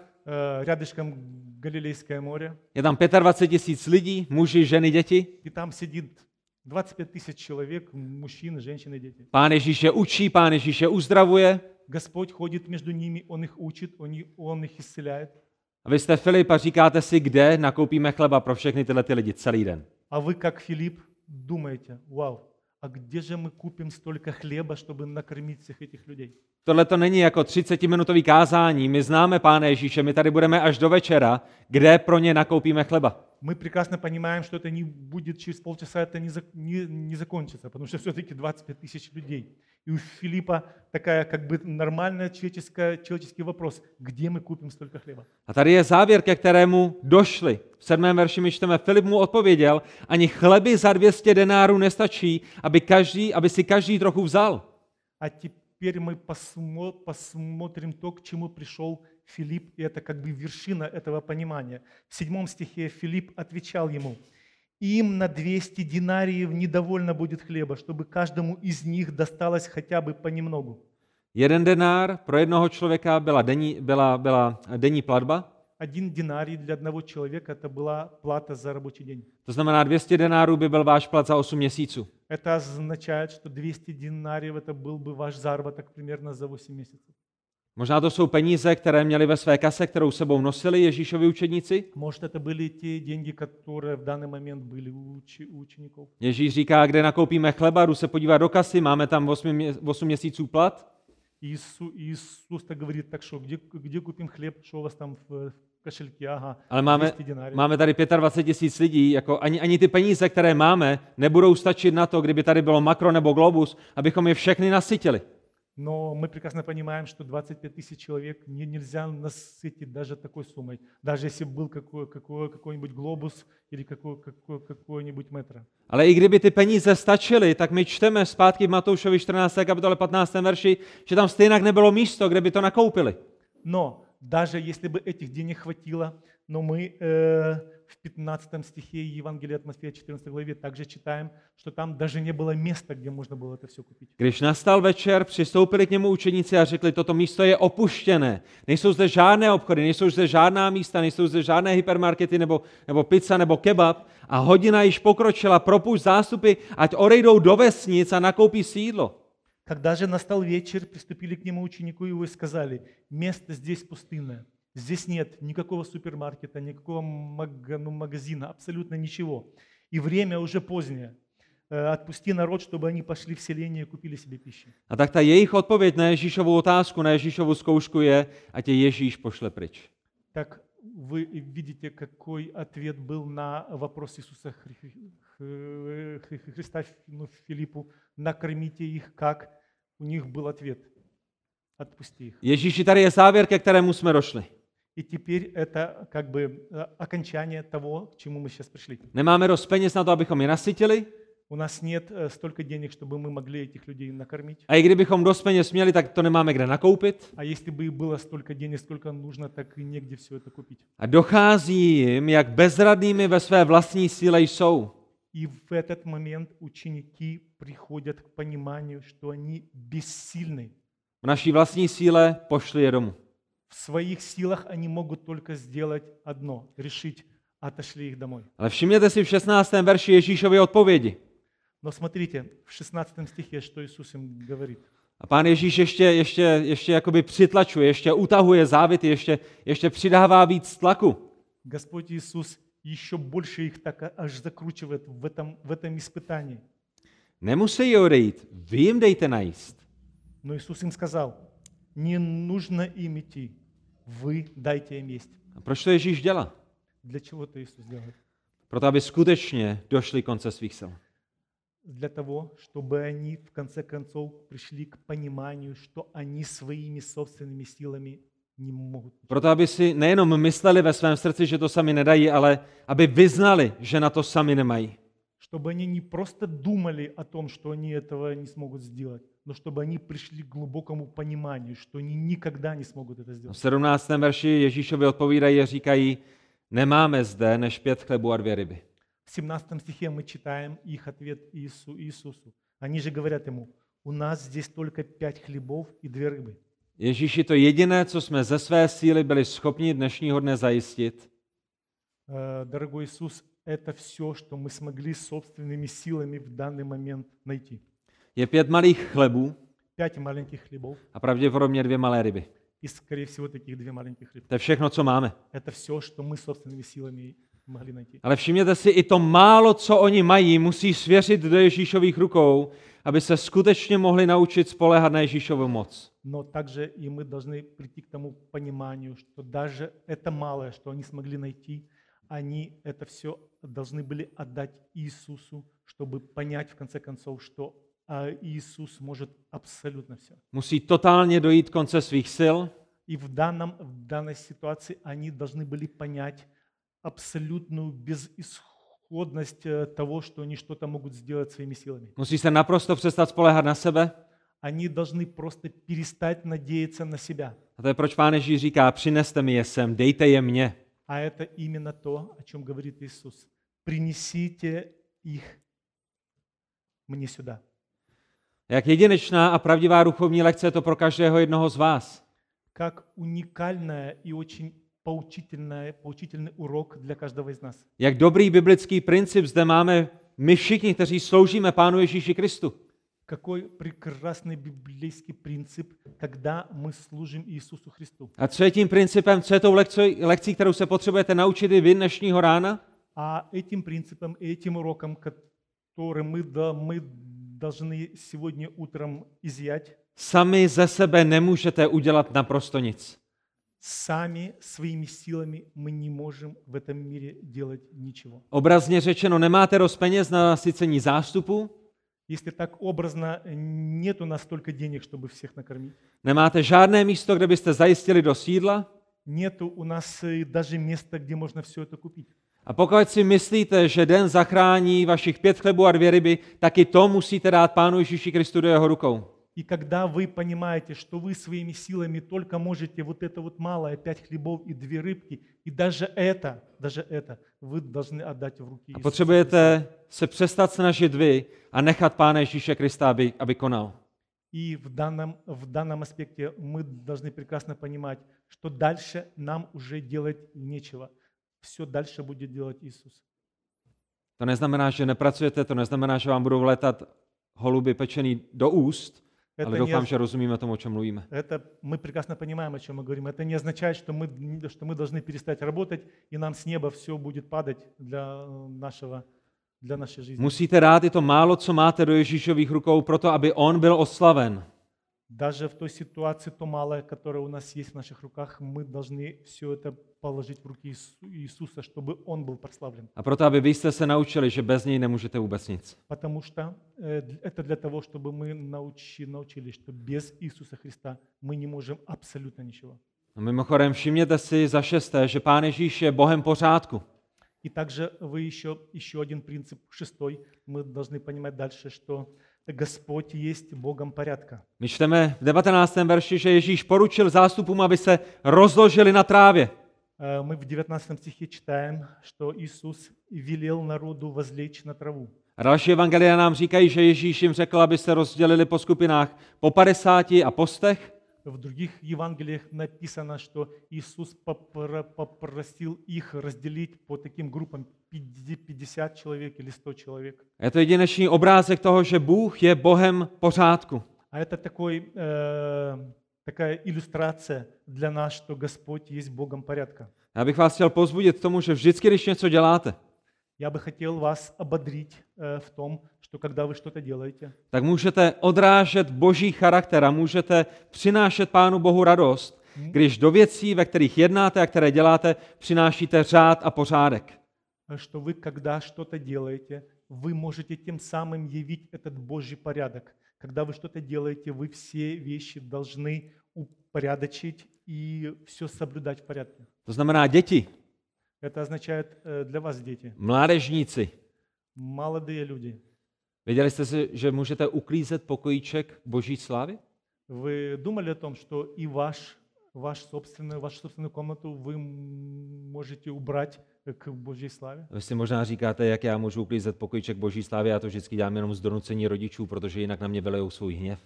S2: э, рядышком Галилейское море,
S1: je tam 25 tisíc lidí, muži, ženy, děti.
S2: и там сидит 25 тысяч человек, мужчин, женщин и дети.
S1: Pán Ježíš je učí, pán Ježíš je uzdravuje.
S2: Господь ходит между ними, Он их учит, Он, и- он их исцеляет.
S1: A vy jste Filip a říkáte si, kde nakoupíme chleba pro všechny tyhle ty lidi celý den.
S2: А вы, как Филипп, думаете, вау, а где же мы купим столько хлеба, чтобы накормить всех этих людей?
S1: Tohle to není jako 30-minutový kázání. My známe Pána Ježíše, my tady budeme až do večera, kde pro ně nakoupíme chleba.
S2: мы прекрасно понимаем, что это не будет через полчаса, это не, зак- не- не закончится, потому что все-таки 25 тысяч людей. И у Филиппа такая как бы нормальная человеческая, человеческий вопрос, где мы купим столько хлеба?
S1: A tady je závěr, ke kterému došli. V sedmém verši my čteme, Filip mu odpověděl, ani chleby za 200 denárů nestačí, aby, každý, aby si každý trochu vzal.
S2: А теперь мы посмо- посмотрим то, к чему пришел Филипп, и это как бы вершина этого понимания. В седьмом стихе Филипп отвечал ему, «Им на 200 динариев недовольно будет хлеба, чтобы каждому из них досталось хотя бы понемнogу».
S1: Jeden denár pro jednoho člověka byla denní, byla, byla denní platba,
S2: Один динарий для одного человека это была плата за рабочий день.
S1: to znamená 200 denárů by byl váš plat za 8 měsíců.
S2: Это означает, что 200 динариев это был бы ваш заработок примерно за 8 месяцев.
S1: Možná to jsou peníze, které měli ve své kase, kterou sebou nosili Ježíšovi učedníci.
S2: Может, это были те деньги, которые в данный момент были у, учи- у учеников.
S1: Ježíš říká, kde nakoupíme chleba, jdu se podívat do kasy, máme tam 8, mě, 8 měsíců plat.
S2: Иису- Иисус так говорит, так что, где, где купим хлеб, что у вас там в, в кошельке, ага,
S1: Ale máme,
S2: 200 динариев.
S1: máme tady 25 tisíc lidí, jako ani, ani ty peníze, které máme, nebudou stačit na to, kdyby tady bylo makro nebo globus, abychom je všechny nasytili.
S2: Но мы прекрасно понимаем, что 25 тысяч человек не- нельзя насытить даже такой суммой, даже если был какой, какой, какой-нибудь глобус или какой, какой, какой-нибудь метро.
S1: Ale i kdyby ty peníze stačily, tak my čteme zpátky v Matoušovi 14. kapitole 15. verši, že tam stejně nebylo místo, kde by to nakoupili.
S2: Но даже если бы этих денег хватило, но мы э, в 15 стихе Евангелия от Матфея 14 главе также читаем, что там даже не было места, где можно было это все купить.
S1: Když nastal večer, přistoupili k němu učeníci a řekli, toto místo je opuštěné. Nejsou zde žádné obchody, nejsou zde žádná místa, nejsou zde žádné hypermarkety nebo, nebo pizza nebo kebab. A hodina již pokročila, propušť zástupy, ať odejdou do vesnic a nakoupí si jídlo.
S2: Когда же настал вечер, приступили к нему ученику его и сказали, место здесь пустынное, здесь нет никакого супермаркета, никакого мага- ну, магазина, абсолютно ничего. И время уже позднее. Э, Отпусти народ, чтобы они пошли в селение и купили себе пищу.
S1: A tak ta jejich odpověď na Ježíšovu otázku, na Ježíšovu zkoušku je, ať je Ježíš pošle pryč.
S2: Так вы видите, какой ответ был на вопрос Иисуса Хри- Хри- Хри- Хри- Христа ну, Филиппу, накормите их как? У них был ответ, отпусти их.
S1: Ježíši, tady je závěr, ke kterému jsme došli.
S2: И теперь это как бы э, окончание того, к чему мы сейчас пришли.
S1: Nemáme dost peněz na to, abychom je nasytili,
S2: У нас нет э, столько денег, чтобы мы могли этих людей накормить.
S1: a i kdybychom dost peněz měli, так to nemáme kde nakoupit.
S2: А если бы и было столько денег, сколько нужно, так и негде все это купить.
S1: A dochází jim, jak bezradnými ve své vlastní síle jsou.
S2: И в этот момент ученики приходят к пониманию, что они бессильны.
S1: V naší vlastní síle pošli je domů.
S2: В своих силах они могут только сделать одно – решить, отошли их домой.
S1: Ale všimněte si v 16. verši Ježíšovy odpovědi.
S2: Но смотрите, в 16 стихе, что Иисус им говорит.
S1: A pán Ježíš ještě, ještě, ještě jakoby přitlačuje, ještě utahuje závity, ještě, ještě přidává víc tlaku.
S2: Господь Иисус еще больше их так а- аж закручивает в этом, в этом испытании.
S1: Nemusí odejít, vy jim dejte najíst.
S2: Но Иисус им сказал, не нужно им идти, вы дайте им есть.
S1: A proč to Ježíš dělá?
S2: Для чего это Иисус делает?
S1: Proto, aby skutečně došli konce svých sil.
S2: Для того, чтобы они в конце концов пришли к пониманию, что они своими собственными силами не могут.
S1: Proto, aby si nejenom mysleli ve svém srdci, že to sami nedají, ale aby vyznali, že na to sami nemají.
S2: Чтобы они не просто думали о том, что они этого не смогут сделать, но чтобы они пришли к глубокому пониманию, что они никогда не смогут это
S1: V
S2: сделать.
S1: 17. verši Ježíšovi odpovídají a říkají, nemáme zde než pět chlebů a dvě ryby.
S2: В 17 стихе мы читаем их ответ Иису- Иисусу. Они же говорят ему, у нас здесь только пять хлебов и две рыбы.
S1: Ježíši, to jediné, co jsme ze své síly byli schopni dnešního dne zajistit,
S2: Э, Дорогой Иисус, это все, что мы смогли собственными силами в данный момент найти.
S1: je pět malých chlebů
S2: Пять маленьких хлебов
S1: a pravděpodobně dvě malé ryby.
S2: и, скорее всего, таких две маленьких рыбки.
S1: To je všechno, co máme.
S2: Это все, что мы собственными sилами могли найти.
S1: Ale všimněte si, i to málo, co oni mají, musí svěřit do Ježíšových rukou, aby se skutečně mohli naučit spolehat na Ježíšovu moc.
S2: Но также и мы должны прийти к тому пониманию, что даже это малое, что они смогли найти, они это все должны были отдать Иисусу, чтобы понять в конце концов, что а, Иисус может абсолютно все.
S1: Musí totálně dojít konce svých sil,
S2: И в, данном, в данной ситуации они должны были понять абсолютную безысходность э, того, что они что-то могут сделать своими силами.
S1: musí se naprosto přestat spolehat na sebe.
S2: Они должны просто перестать надеяться на себя.
S1: A to je proč pán Ježíš říká, přineste mi je sem, dejte je mně.
S2: А это именно то, о чем говорит Иисус. Принесите их мне сюда.
S1: Jak jedinečná a pravdivá duchovní lekce je to pro každého jednoho z vás.
S2: Как уникальная и очень поучительная, поучительный урок для каждого из нас.
S1: Jak dobrý biblický princip zde máme my všichni, kteří sloužíme Pánu Ježíši Kristu.
S2: Какой прекрасный библейский принцип, когда мы служим Иисусу Христу.
S1: A co je tím principem, co je tou lekcí, lekcí kterou se potřebujete naučit i vy dnešního rána?
S2: А этим принципом и этим уроком, который мы, да, мы должны сегодня утром изъять,
S1: Sami ze sebe nemůžete udělat naprosto nic.
S2: сами своими силами мы не можем в этом mире делать ничего.
S1: Obrazně řečeno, nemáte dost peněz na nasycení zástupu,
S2: Если так образно, нет у нас столько денег, чтобы всех накормить.
S1: nemáte žádné místo, kde byste zajistili do sídla,
S2: Нету у нас э, даже места, где можно все это купить.
S1: A pokud si myslíte, že den zachrání vašich pět chlebů a dvě ryby, taky to musíte dát Pánu Ježíši Kristu do jeho rukou.
S2: И когда вы понимаете, что вы своими силами только можете вот это вот малое, пять хлебов и две рыбки, и даже это, даже это вы должны отдать в руки
S1: A
S2: Иисуса Христа.
S1: potřebujete se přestat snažit vy a nechat Pána Ježíše Krista, aby, aby konal.
S2: И в данном, в данном аспекте мы должны прекрасно понимать, что дальше нам уже делать нечего. Все дальше будет делать Иисус.
S1: To neznamená, že nepracujete, to neznamená, že vám budou letat holuby pečený do úst,
S2: Это,
S1: ale
S2: не,
S1: doufám, že rozumíme tomu, o čem mluvíme.
S2: это мы прекрасно понимаем, о чем мы говорим. Это не означает, что мы, что мы должны перестать работать, и нам с неба все будет падать для, э, нашего, для нашей жизни.
S1: Musíte dát i to málo, co máte do Ježíšových rukou, proto aby on byl oslaven.
S2: Даже в той ситуации, то малое, которое у нас есть в наших руках, мы должны все это положить в руки Иису- Иисуса, чтобы Он был прославлен.
S1: A proto, aby vy jste se naučili, že bez něj nemůžete vůbec nic.
S2: Потому что э, д- это для того, чтобы мы научи- научились, что без Иисуса Христа мы не можем абсолютно ничего.
S1: No mimochodem, všimněte si za šesté, že Pán Ježíš je Bohem pořádku.
S2: И также вы еще, еще один принцип, шестой, мы должны понимать дальше, что Господь есть Богом порядка.
S1: My čteme v 19. verši, že Ježíš poručil zástupům, aby se rozložili na trávě.
S2: Э, Мы в 19 стихе читаем, что Иисус велел народу возлечь на траву.
S1: A další evangelia nám říkají, že Ježíš jim řekl, aby se rozdělili po skupinách po 50 a postech.
S2: В других Евангелиях написано, что Иисус попро- попросил их разделить по таким группам 50 человек или 100 человек.
S1: Je to jedinečný obrázek toho, že Bůh je Bohem pořádku.
S2: А это такой, э, такая иллюстрация для нас, что Господь есть Богом порядка.
S1: Já bych vás chtěl pozbudit k tomu, že vždycky, když něco děláte,
S2: Я бы хотел вас ободрить э, в том, что когда вы что-то делаете,
S1: tak můžete odrážet boží charakter a můžete přinášet Pánu Bohu radost, když do věcí, ve kterých jednáte a které děláte, přinášíte řád a pořádek.
S2: э, что вы, когда что-то делаете, вы можете тем самым явить этот Божий порядок. Когда вы что-то делаете, вы все вещи должны упорядочить и все соблюдать в порядке.
S1: To znamená děti,
S2: Это означает э, для вас, дети,
S1: mládežníci.
S2: молодые люди.
S1: Věděli jste si, že můžete uklízet pokojíček boží slávy?
S2: Вы думали о том, что и ваш, ваш собственную, вашу собственную комнату вы м, можете убрать э, к Божьей славе?
S1: Vy si možná říkáte, jak já můžu uklízet pokojíček boží slávy, já to vždycky dělám jenom z donucení rodičů, protože jinak na mě vylejou svůj hněv.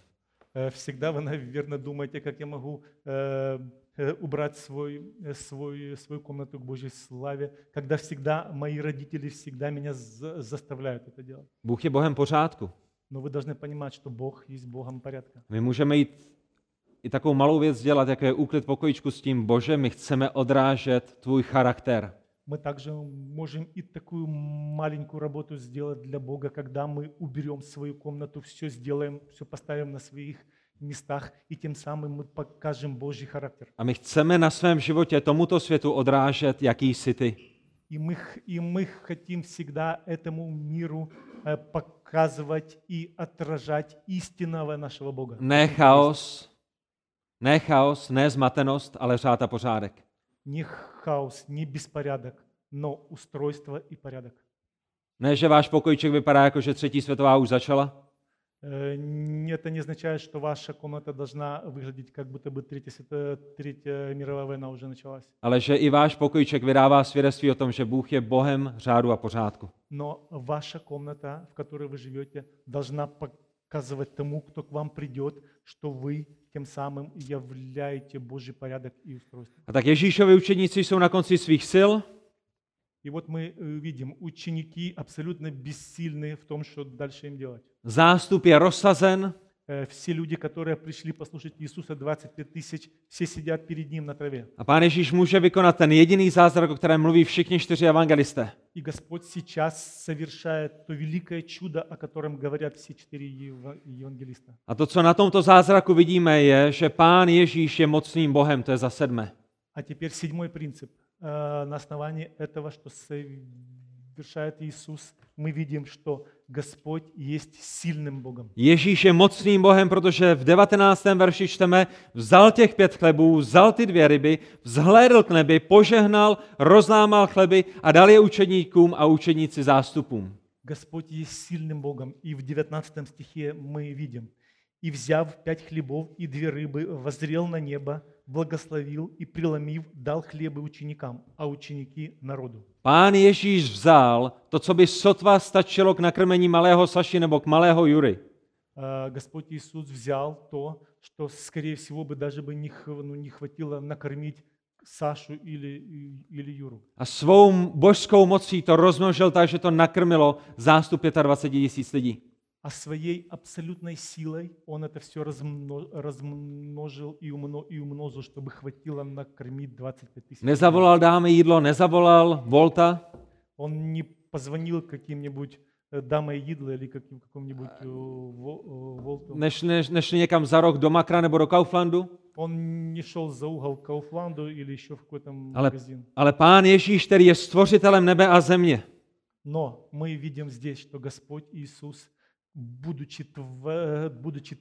S2: Э, Всегда вы, наверное, думаете, как я могу э, э, убрать свой, э, свой, свою комнату к Божьей славе, когда всегда мои родители всегда меня за- заставляют это делать.
S1: Bůh je Bohem pořádku.
S2: Но вы должны понимать, что Бог есть Богом порядка.
S1: My můžeme jít i takovou malou věc dělat, jako je úklid pokojíčku s tím, bože, my chceme odrážet tvůj charakter.
S2: Мы также можем и такую маленькую работу сделать для Бога, когда мы уберем свою комнату, все сделаем, все поставим на своих местах, и тем самым мы покажем Божий характер.
S1: A my chceme na svém životě tomuto světu odrážet, jaký jsi ty.
S2: И мы, х- и мы хотим всегда этому миру э, показывать и отражать истинного нашего Бога.
S1: Ne chaos, ne chaos, ne zmatenost, ale řád a pořádek.
S2: Не хаос, не беспорядок, но устройство и порядок.
S1: Ne, že váš pokojíček vypadá jako, že třetí světová už začala,
S2: Э, н- Это не означает, что ваша комната должна выглядеть, как будто бы Третья, свят- э, Третья мировая война уже началась.
S1: ale že i váš pokojíček vydává svědectví o tom, že Bůh je Bohem řádu a pořádku.
S2: Но ваша комната, в которой вы живете, должна показывать тому, кто к вам придет, что вы тем самым являете Божий порядок и устройство.
S1: A tak Ježíšovi učeníci jsou na konci svých sil,
S2: И вот мы э, видим, ученики абсолютно бессильны в том, что дальше им делать.
S1: zástup je rozsazen,
S2: Э, Все люди, которые пришли послушать Иисуса, 25 тысяч, все sидят перед Ним на траве.
S1: A Pán Ježíš může vykonat ten jediný zázrak, o kterém mluví všichni čtyři evangelisté.
S2: И Господь сейчас совершает то великое чудо, о котором говорят все четыре ева- евангелиста.
S1: A to, co na tomto zázraku vidíme, je, že Pán Ježíš je mocným Bohem, to je za sedmé.
S2: А теперь седьмой принцип. Э, На основании этого, что совершает Иисус, мы видим, что Господь есть сильным Богом.
S1: Ježíš je mocným Bohem, protože v 19. verši čteme, vzal těch pět chlebů, vzal ty dvě ryby, vzhlédl k nebi, požehnal, rozlámal chleby a dal je učedníkům a učedníci zástupům.
S2: Господь есть сильным Богом. И в 19 стихе мы видим, и, взяв пять хлебов и две рыбы, возрел на небо, благословил и, преломив, дал хлебы ученикам, а ученики – народу.
S1: Pán Ježíš vzal to, co by sotva stačilo k nakrmení malého Saši nebo k malého Jury.
S2: Э, Господь Иисус взял то, что, скорее всего, бы даже бы не, хв- ну, не хватило накормить Сашу или, или Юру.
S1: A svou božskou mocí to rozmnožil tak, že to nakrmilo zástup 25 tisíc lidí.
S2: А своей абсолютной силой он это все размножил и, умно- и умножил, чтобы хватило накормить 25 тысяч. человек.
S1: Nezavolal dáme jídlo, nezavolal Volta,
S2: Он не позвонил каким-нибудь э, дамой Идла или каким, какому-нибудь э, Во- э, Волту.
S1: než, než, než někam za rok do Makra nebo do Kauflandu.
S2: Он не шел за угол к Кауфланду или еще в какой-то
S1: Ale,
S2: магазин.
S1: ale pán Ježíš, který je stvořitelem nebe a země,
S2: Но мы видим здесь, что Господь Иисус, будучи, тв- будучи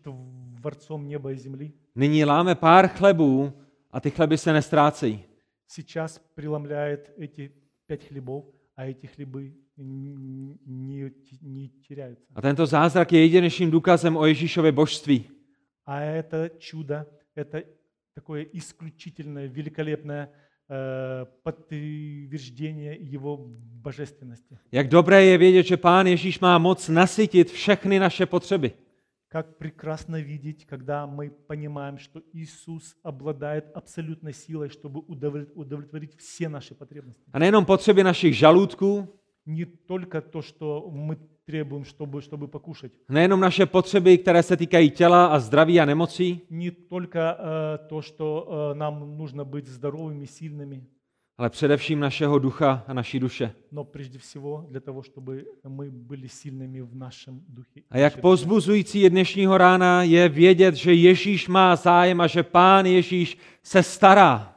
S2: Творцом неба и земли,
S1: nyní láme pár chlebů a ty chleby se nestrácejí.
S2: сейчас преломляет эти пять хлебов, а эти хлебы н- не, т- не теряются.
S1: A tento zázrak je jedinečným důkazem o Ježíšově božství.
S2: А это чудо, это такое исключительное, великолепное э, подтверждение его божественности.
S1: Jak dobré je vědět, že pán Ježíš má moc nasytit všechny naše potřeby.
S2: Как прекрасно видеть, когда мы понимаем, что Иисус обладает абсолютной силой, чтобы удовлет- удовлетворить все наши потребности.
S1: A nejenom potřeby našich žaludků,
S2: Не только то, что мы требуем, чтобы, чтобы покушать,
S1: nejenom naše potřeby, které se týkají těla a zdraví a nemocí,
S2: не только э, то, что э, нам нужно быть здоровыми, сильными,
S1: ale především našeho ducha a naší duše.
S2: но прежде всего для того, чтобы мы были сильными в нашем духе.
S1: A jak pozbuzující je dnešního rána je vědět, že Ježíš má zájem a že Pán Ježíš se stará.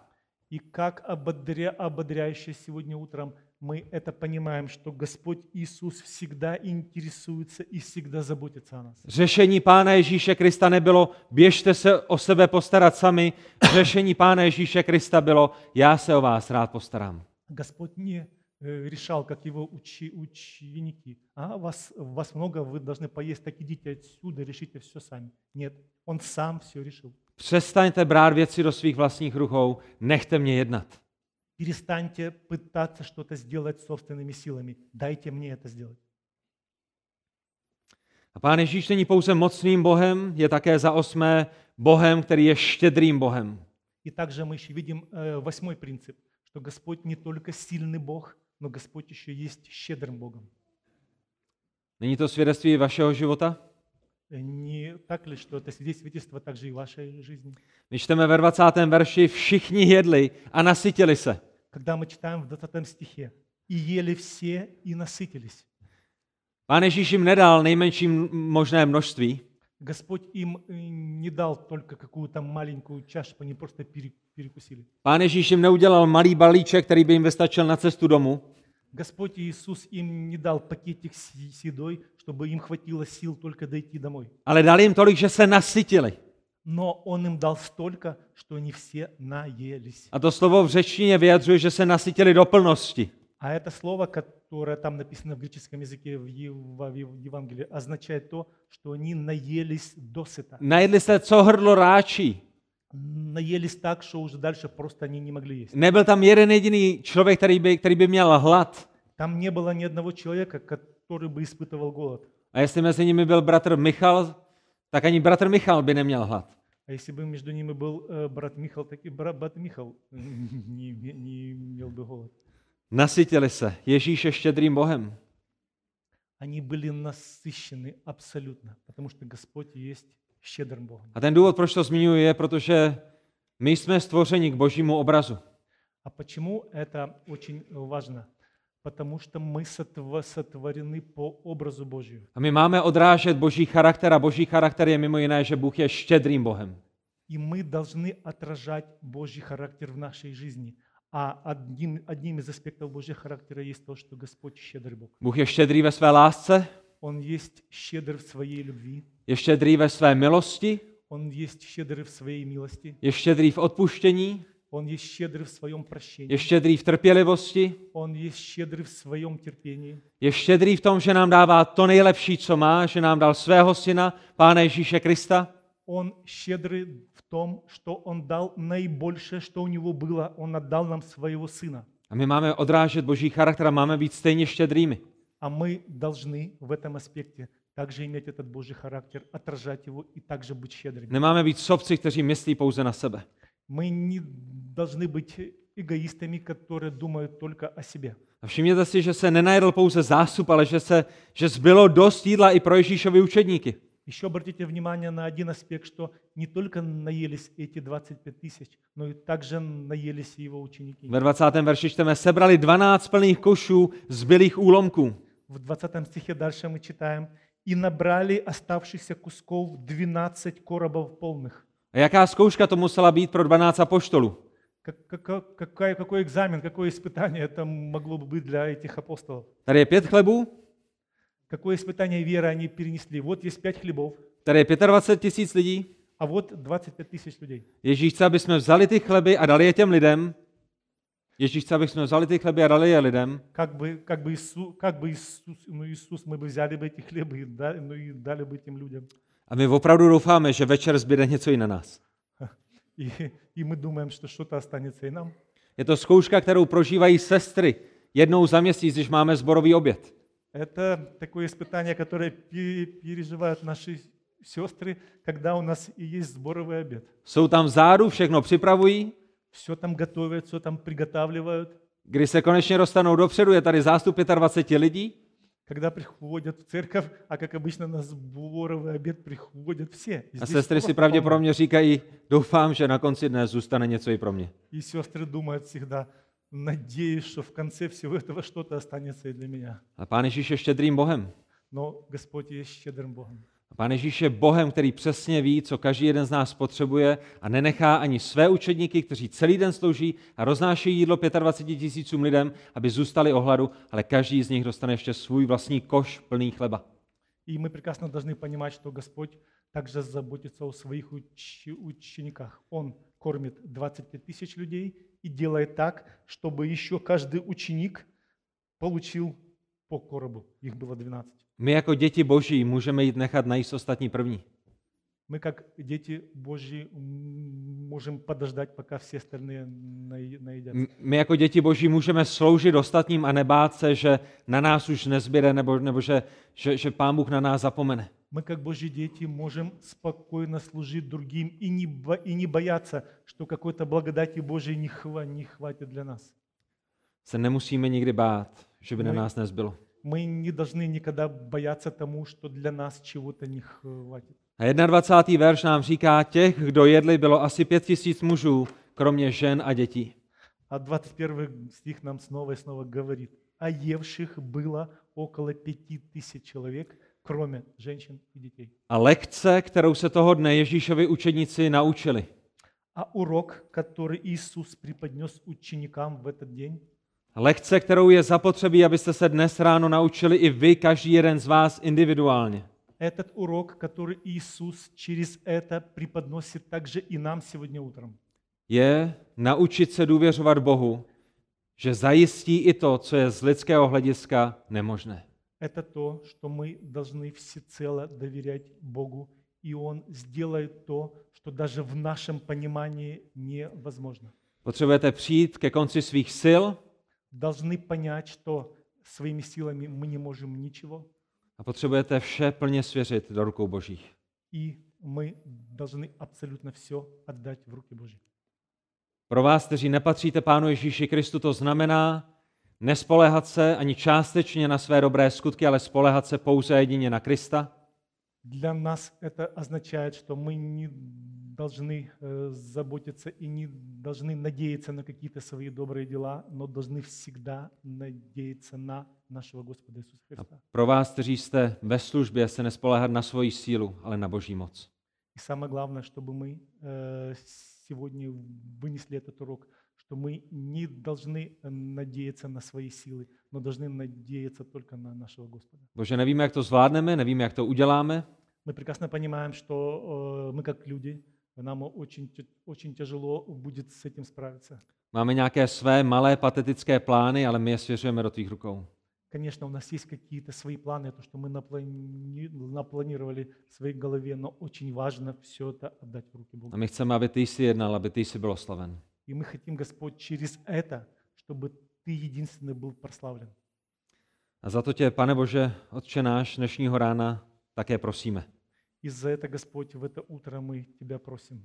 S2: И как ободря... ободряюще сегодня утром мы это понимаем, что Господь Иисус всегда интересуется и всегда заботится о нас.
S1: Řešení Pána Ježíše Krista nebylo, běžte se o sebe postarat sami. Řešení Pána Ježíše Krista bylo, já se o vás rád postarám.
S2: Господь не э, решал, как его учи- ученики. А вас, вас много, вы должны поесть, так идите отсюда, решите все сами. Нет, он сам все решил.
S1: Přestaňte brát věci do svých vlastních rukou, nechte mě jednat.
S2: Перестаньте пытаться что-то сделать собственными силами. Дайте мне это сделать.
S1: A Pán Ježíš není pouze mocným Bohem, je také za osmé Bohem, který je štědrým Bohem.
S2: И также мы еще видим э, восьмой принцип, что Господь не только сильный Бог, но Господь еще есть щедрым Богом.
S1: Není to svědectví vašeho života?
S2: Э, Не так ли, что это свидетельство также и вашей жизни?
S1: My čteme ve 20. verši, všichni jedli a nasytili se.
S2: Когда мы читаем в 20 стихе, «И ели все, и насытились».
S1: Pán Ježíš jim nedal nejmenším možné množství,
S2: Господь им э, не дал только какую-то маленькую чашку, они просто пере- перекусили.
S1: pán Ježíš jim neudělal malý balíček, který by jim vystačil na cestu domů,
S2: Господь Иисус им не дал пакетик с е- с едой, чтобы им хватило сил только дойти домой.
S1: ale dal jim tolik, že se nasytili.
S2: Но Он им дал столько, что они все наелись.
S1: A to slovo v řečtině vyjadřuje, že se nasytili do plnosti.
S2: А это слово, которое там написано в греческом языке в Ев- в Евангелии, означает то, что они наелись досыта.
S1: Najedli se, co hrdlo ráčí.
S2: Наелись так, что уже дальше просто они не могли есть.
S1: Nebyl tam jeden jediný člověk, který by, který by měl hlad.
S2: Там не было ни одного человека, который бы испытывал голод.
S1: A jestli mezi nimi byl bratr Michal, tak ani bratr Michal by neměl hlad.
S2: А если бы между ними был э, брат Михал, так и бра- брат Михал э, не, име- не имел бы голод.
S1: Nasytili se. Ježíš je štědrým Bohem.
S2: Они были насыщены абсолютно, потому что Господь есть щедрым Богом.
S1: A ten důvod, proč to zmiňuji, je, protože my jsme stvořeni k božímu obrazu.
S2: А почему это очень э, важно? Потому что мы сотво- сотворены по образу Божию.
S1: A my máme odrážet boží charakter a boží charakter je mimo jiné, že Bůh je štědrým Bohem.
S2: И мы должны отражать Божий характер в нашей жизни. А одним, одним из аспектов Божьего характера есть то, что Господь щедрый Бог.
S1: Bůh je štědrý ve své lásce,
S2: Он есть щедр в своей любви,
S1: je štědrý ve své milosti,
S2: Он есть щедр в своей милости,
S1: je шtědrý v odpuštění,
S2: Он есть щедр в своем
S1: je
S2: прощении,
S1: štědrý v trpělivosti,
S2: Он есть щедр в своем терпении,
S1: je štědrý v tom, že nám dává to nejlepší, co má, že nám dal svého syna, Pána Ježíše Krista.
S2: Он щедрый в том, что Он дал наибольшее, что у Него было. Он отдал нам Своего Сына.
S1: A my máme odrážet boží charakter a máme být stejně štědrými.
S2: А мы должны в этом аспекте также иметь этот Божий характер, отражать его и также быть щедрыми.
S1: Nemáme být sobci, kteří myslí pouze na sebe.
S2: Мы не должны быть эгоистами, которые думают только о себе.
S1: A všimněte si, že se nenajedl pouze zástup, ale že, se, že zbylo dost jídla i pro Ježíšovy učedníky.
S2: Еще обратите внимание на один аспект, что не только наелись эти 25 тысяч, но и также наелись и его ученики.
S1: Ve 20. verši čteme, sebrali 12 plných košů zbylých úlomků.
S2: В 20 стихе дальше мы читаем. «И набрали оставшихся кусков 12 коробов полных».
S1: A jaká zkouška to musela být pro 12 apoštolů?
S2: Как- как- какая- какой экзамен, какое испытание это могло бы быть для этих апостолов?
S1: Tady je pět chlebů,
S2: Какое испытание веры они перенесли? Вот есть пять хлебов,
S1: tady je 25 tisíc lidí.
S2: а вот 25 тысяч людей.
S1: Ježíš chce, aby jsme vzali ty chleby a dali je těm lidem. Ježíš chce, aby jsme vzali ty chleby a dali je lidem.
S2: Как бы, как бы, Иисус, как бы Иисус, ну Иисус, мы бы взяли бы эти хлебы и дали, ну и дали бы этим людям.
S1: A my opravdu doufáme, že večer zbyde něco i na nás.
S2: И, и мы думаем, что что-то останется и нам.
S1: Je to zkouška, kterou prožívají sestry jednou za měsíc, když máme zborový oběd.
S2: Это такое испытание, которое пе- переживают наши сестры, когда у нас и есть сборовый обед.
S1: Jsou tam vzadu, všechno připravují,
S2: Все там готовят, все там приготавливают.
S1: Když se konečně dostanou dopředu, je tady zástup 25 lidí
S2: Когда приходят в церковь, а как обычно на сборовый обед приходят все. И
S1: a
S2: здесь
S1: sestry si
S2: просто
S1: pravděpodobně říkají, doufám, že na konci dne zůstane něco i pro mě.
S2: полно. И сестры думают всегда, надеюсь, что в конце всего этого что-то останется и для меня.
S1: A Pán Ježíš je štědrým Bohem.
S2: Но Господь есть щедрым Богом.
S1: A Pán Ježíš je Bohem, který přesně ví, co každý jeden z nás potřebuje a nenechá ani své učedníky, kteří celý den slouží a roznášejí jídlo 25 tisícům lidem, aby zůstali ohladu, ale každý z nich dostane ještě svůj vlastní koš plný chleba.
S2: И мы прекрасно должны понимать, что Господь также заботится о своих учи- учениках. Он кормит 25 тысяч людей и делает так, чтобы еще каждый ученик получил по коробу. Их было 12.
S1: My jako děti boží můžeme jít nechat najíst ostatní první.
S2: Мы, как дети Божьи, м, можем подождать, пока все остальные наи- наедятся.
S1: M- My jako děti boží můžeme sloužit ostatním a nebát se, že na nás už nezbyde nebo, nebo že, že, že pán Bůh na nás zapomene.
S2: Мы, как Божьи дети, можем спокойно служить другим и не, бо- и не бояться, что какой-то благодати Божьей не, хва- не хватит для нас.
S1: Se nemusíme nikdy bát, že by na
S2: Můj-
S1: nás nezbylo.
S2: Мы не должны никогда бояться тому, что для нас чего-то не хватит.
S1: A 21. verš nám říká, těch, kdo jedli, bylo asi pět tisíc mužů, kromě žen a dětí.
S2: А 21 стих нам снова и снова говорит, а евших было около пяти тысяч человек, кроме женщин и детей.
S1: A lekce, kterou se toho dne Ježíšovi učedníci naučili,
S2: А урок, который Иисус преподнес ученикам в этот день,
S1: lekce, kterou je zapotřebí, abyste se dnes ráno naučili i vy, každý jeden z vás individuálně,
S2: этот урок, который Иисус через это преподносит также и нам сегодня утром.
S1: je naučit se důvěřovat Bohu, že zajistí i to, co je z lidského hlediska nemožné.
S2: это то, что мы должны всецело доверять Богу, и Он сделает то, что даже в нашем понимании невозможно.
S1: Potřebujete přijít ke konci svých sil
S2: Должны понять, что своими силами мы не можем nичего,
S1: a potřebujete vše plně svěřit do rukou Božích.
S2: и мы должны абсолютно все отдать в руки Божьи.
S1: Pro vás, kteří nepatříte Pánu Ježíši Kristu, to znamená nespoléhat se ani částečně na své dobré skutky, ale spoléhat se pouze jedině na Krista.
S2: Для нас это означает, что мы не должны э, заботиться и не должны надеяться на какие-то свои добрые дела, но должны всегда надеяться на нашего Господа Иисуса
S1: A
S2: Христа.
S1: pro vás, kteří jste ve službě, se nespoléhat na svoji sílu, ale na Boží moc.
S2: И самое главное, чтобы мы э, сегодня вынесли этот урок, что мы не должны э, надеяться на свои силы, но должны надеяться только на нашего Господа.
S1: Bože, nevíme, jak to zvládneme, nevíme, jak to uděláme,
S2: Мы прекрасно понимаем, что э, мы как люди, нам очень, тя- очень тяжело будет с этим справиться.
S1: Máme nějaké své malé patetické plány, ale my je svěřujeme do tvých rukou.
S2: Конечно, у нас есть какие-то свои планы, то, что мы наплани- напланировали в своей голове, но очень важно все это отдать в
S1: A
S2: руки Бога.
S1: my chceme, aby ty jsi jednal, aby ty jsi byl oslaven.
S2: И мы хотим, Господь, через это, чтобы Ты единственный был прославлен.
S1: A za to tě, pane Bože, Otče náš dnešního rána také prosíme.
S2: И за это, Господь, в это утро мы Тебя просим.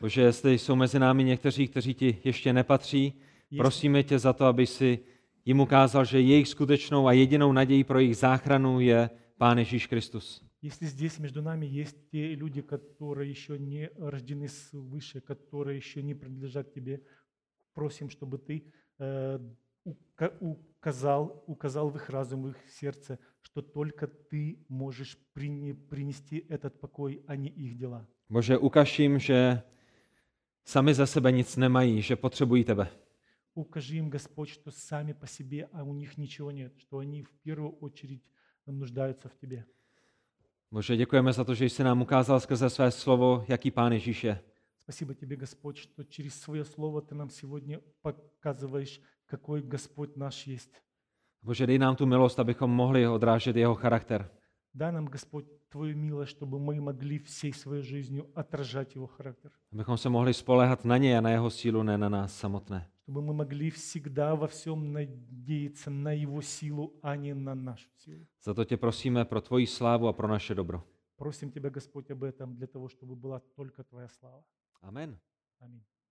S1: Bože, jestli jsou mezi námi někteří, kteří ti ještě nepatří,
S2: Jestli-
S1: prosíme tě za to, aby si jim ukázal, že jejich skutečnou a jedinou nadějí pro jejich záchranu je Pán Ježíš Kristus.
S2: Если здесь между нами есть те люди, которые еще не рождены свыше, которые еще не принадлежат тебе, просим, чтобы ты э, ука- указал, указал в их разум, в их сердце, что только ты можешь прини- принести этот покой, а не их дела.
S1: Bože, ukaž jim, že sami za sebe nic nemají, že potřebují tebe.
S2: Укажи им, Господь, что сами по себе, а у них ничего нет, что они в первую очередь нуждаются в тебе.
S1: Bože, děkujeme za to, že jsi nám ukázal skrze své slovo, jaký Pán Ježíš je.
S2: Спасибо тебе, Господь, что через свое слово ты нам сегодня показываешь, какой Господь наш есть.
S1: Bože, dej nám tu milost, abychom mohli odrážet jeho charakter.
S2: Дай нам, Господь, Твою милость, чтобы мы могли всей своей жизнью отражать Его характер,
S1: Abychom se mohli spolehat na něj a na jeho sílu, ne na nás samotné.
S2: чтобы мы могли всегда во всем надеяться на Его силу, а не на нашу силу.
S1: Za to tě prosíme pro tvoji slávu a pro naše dobro.
S2: Просим Тебя, Господь, об этом для того, чтобы была только Твоя слава.
S1: Amen.
S2: Аминь.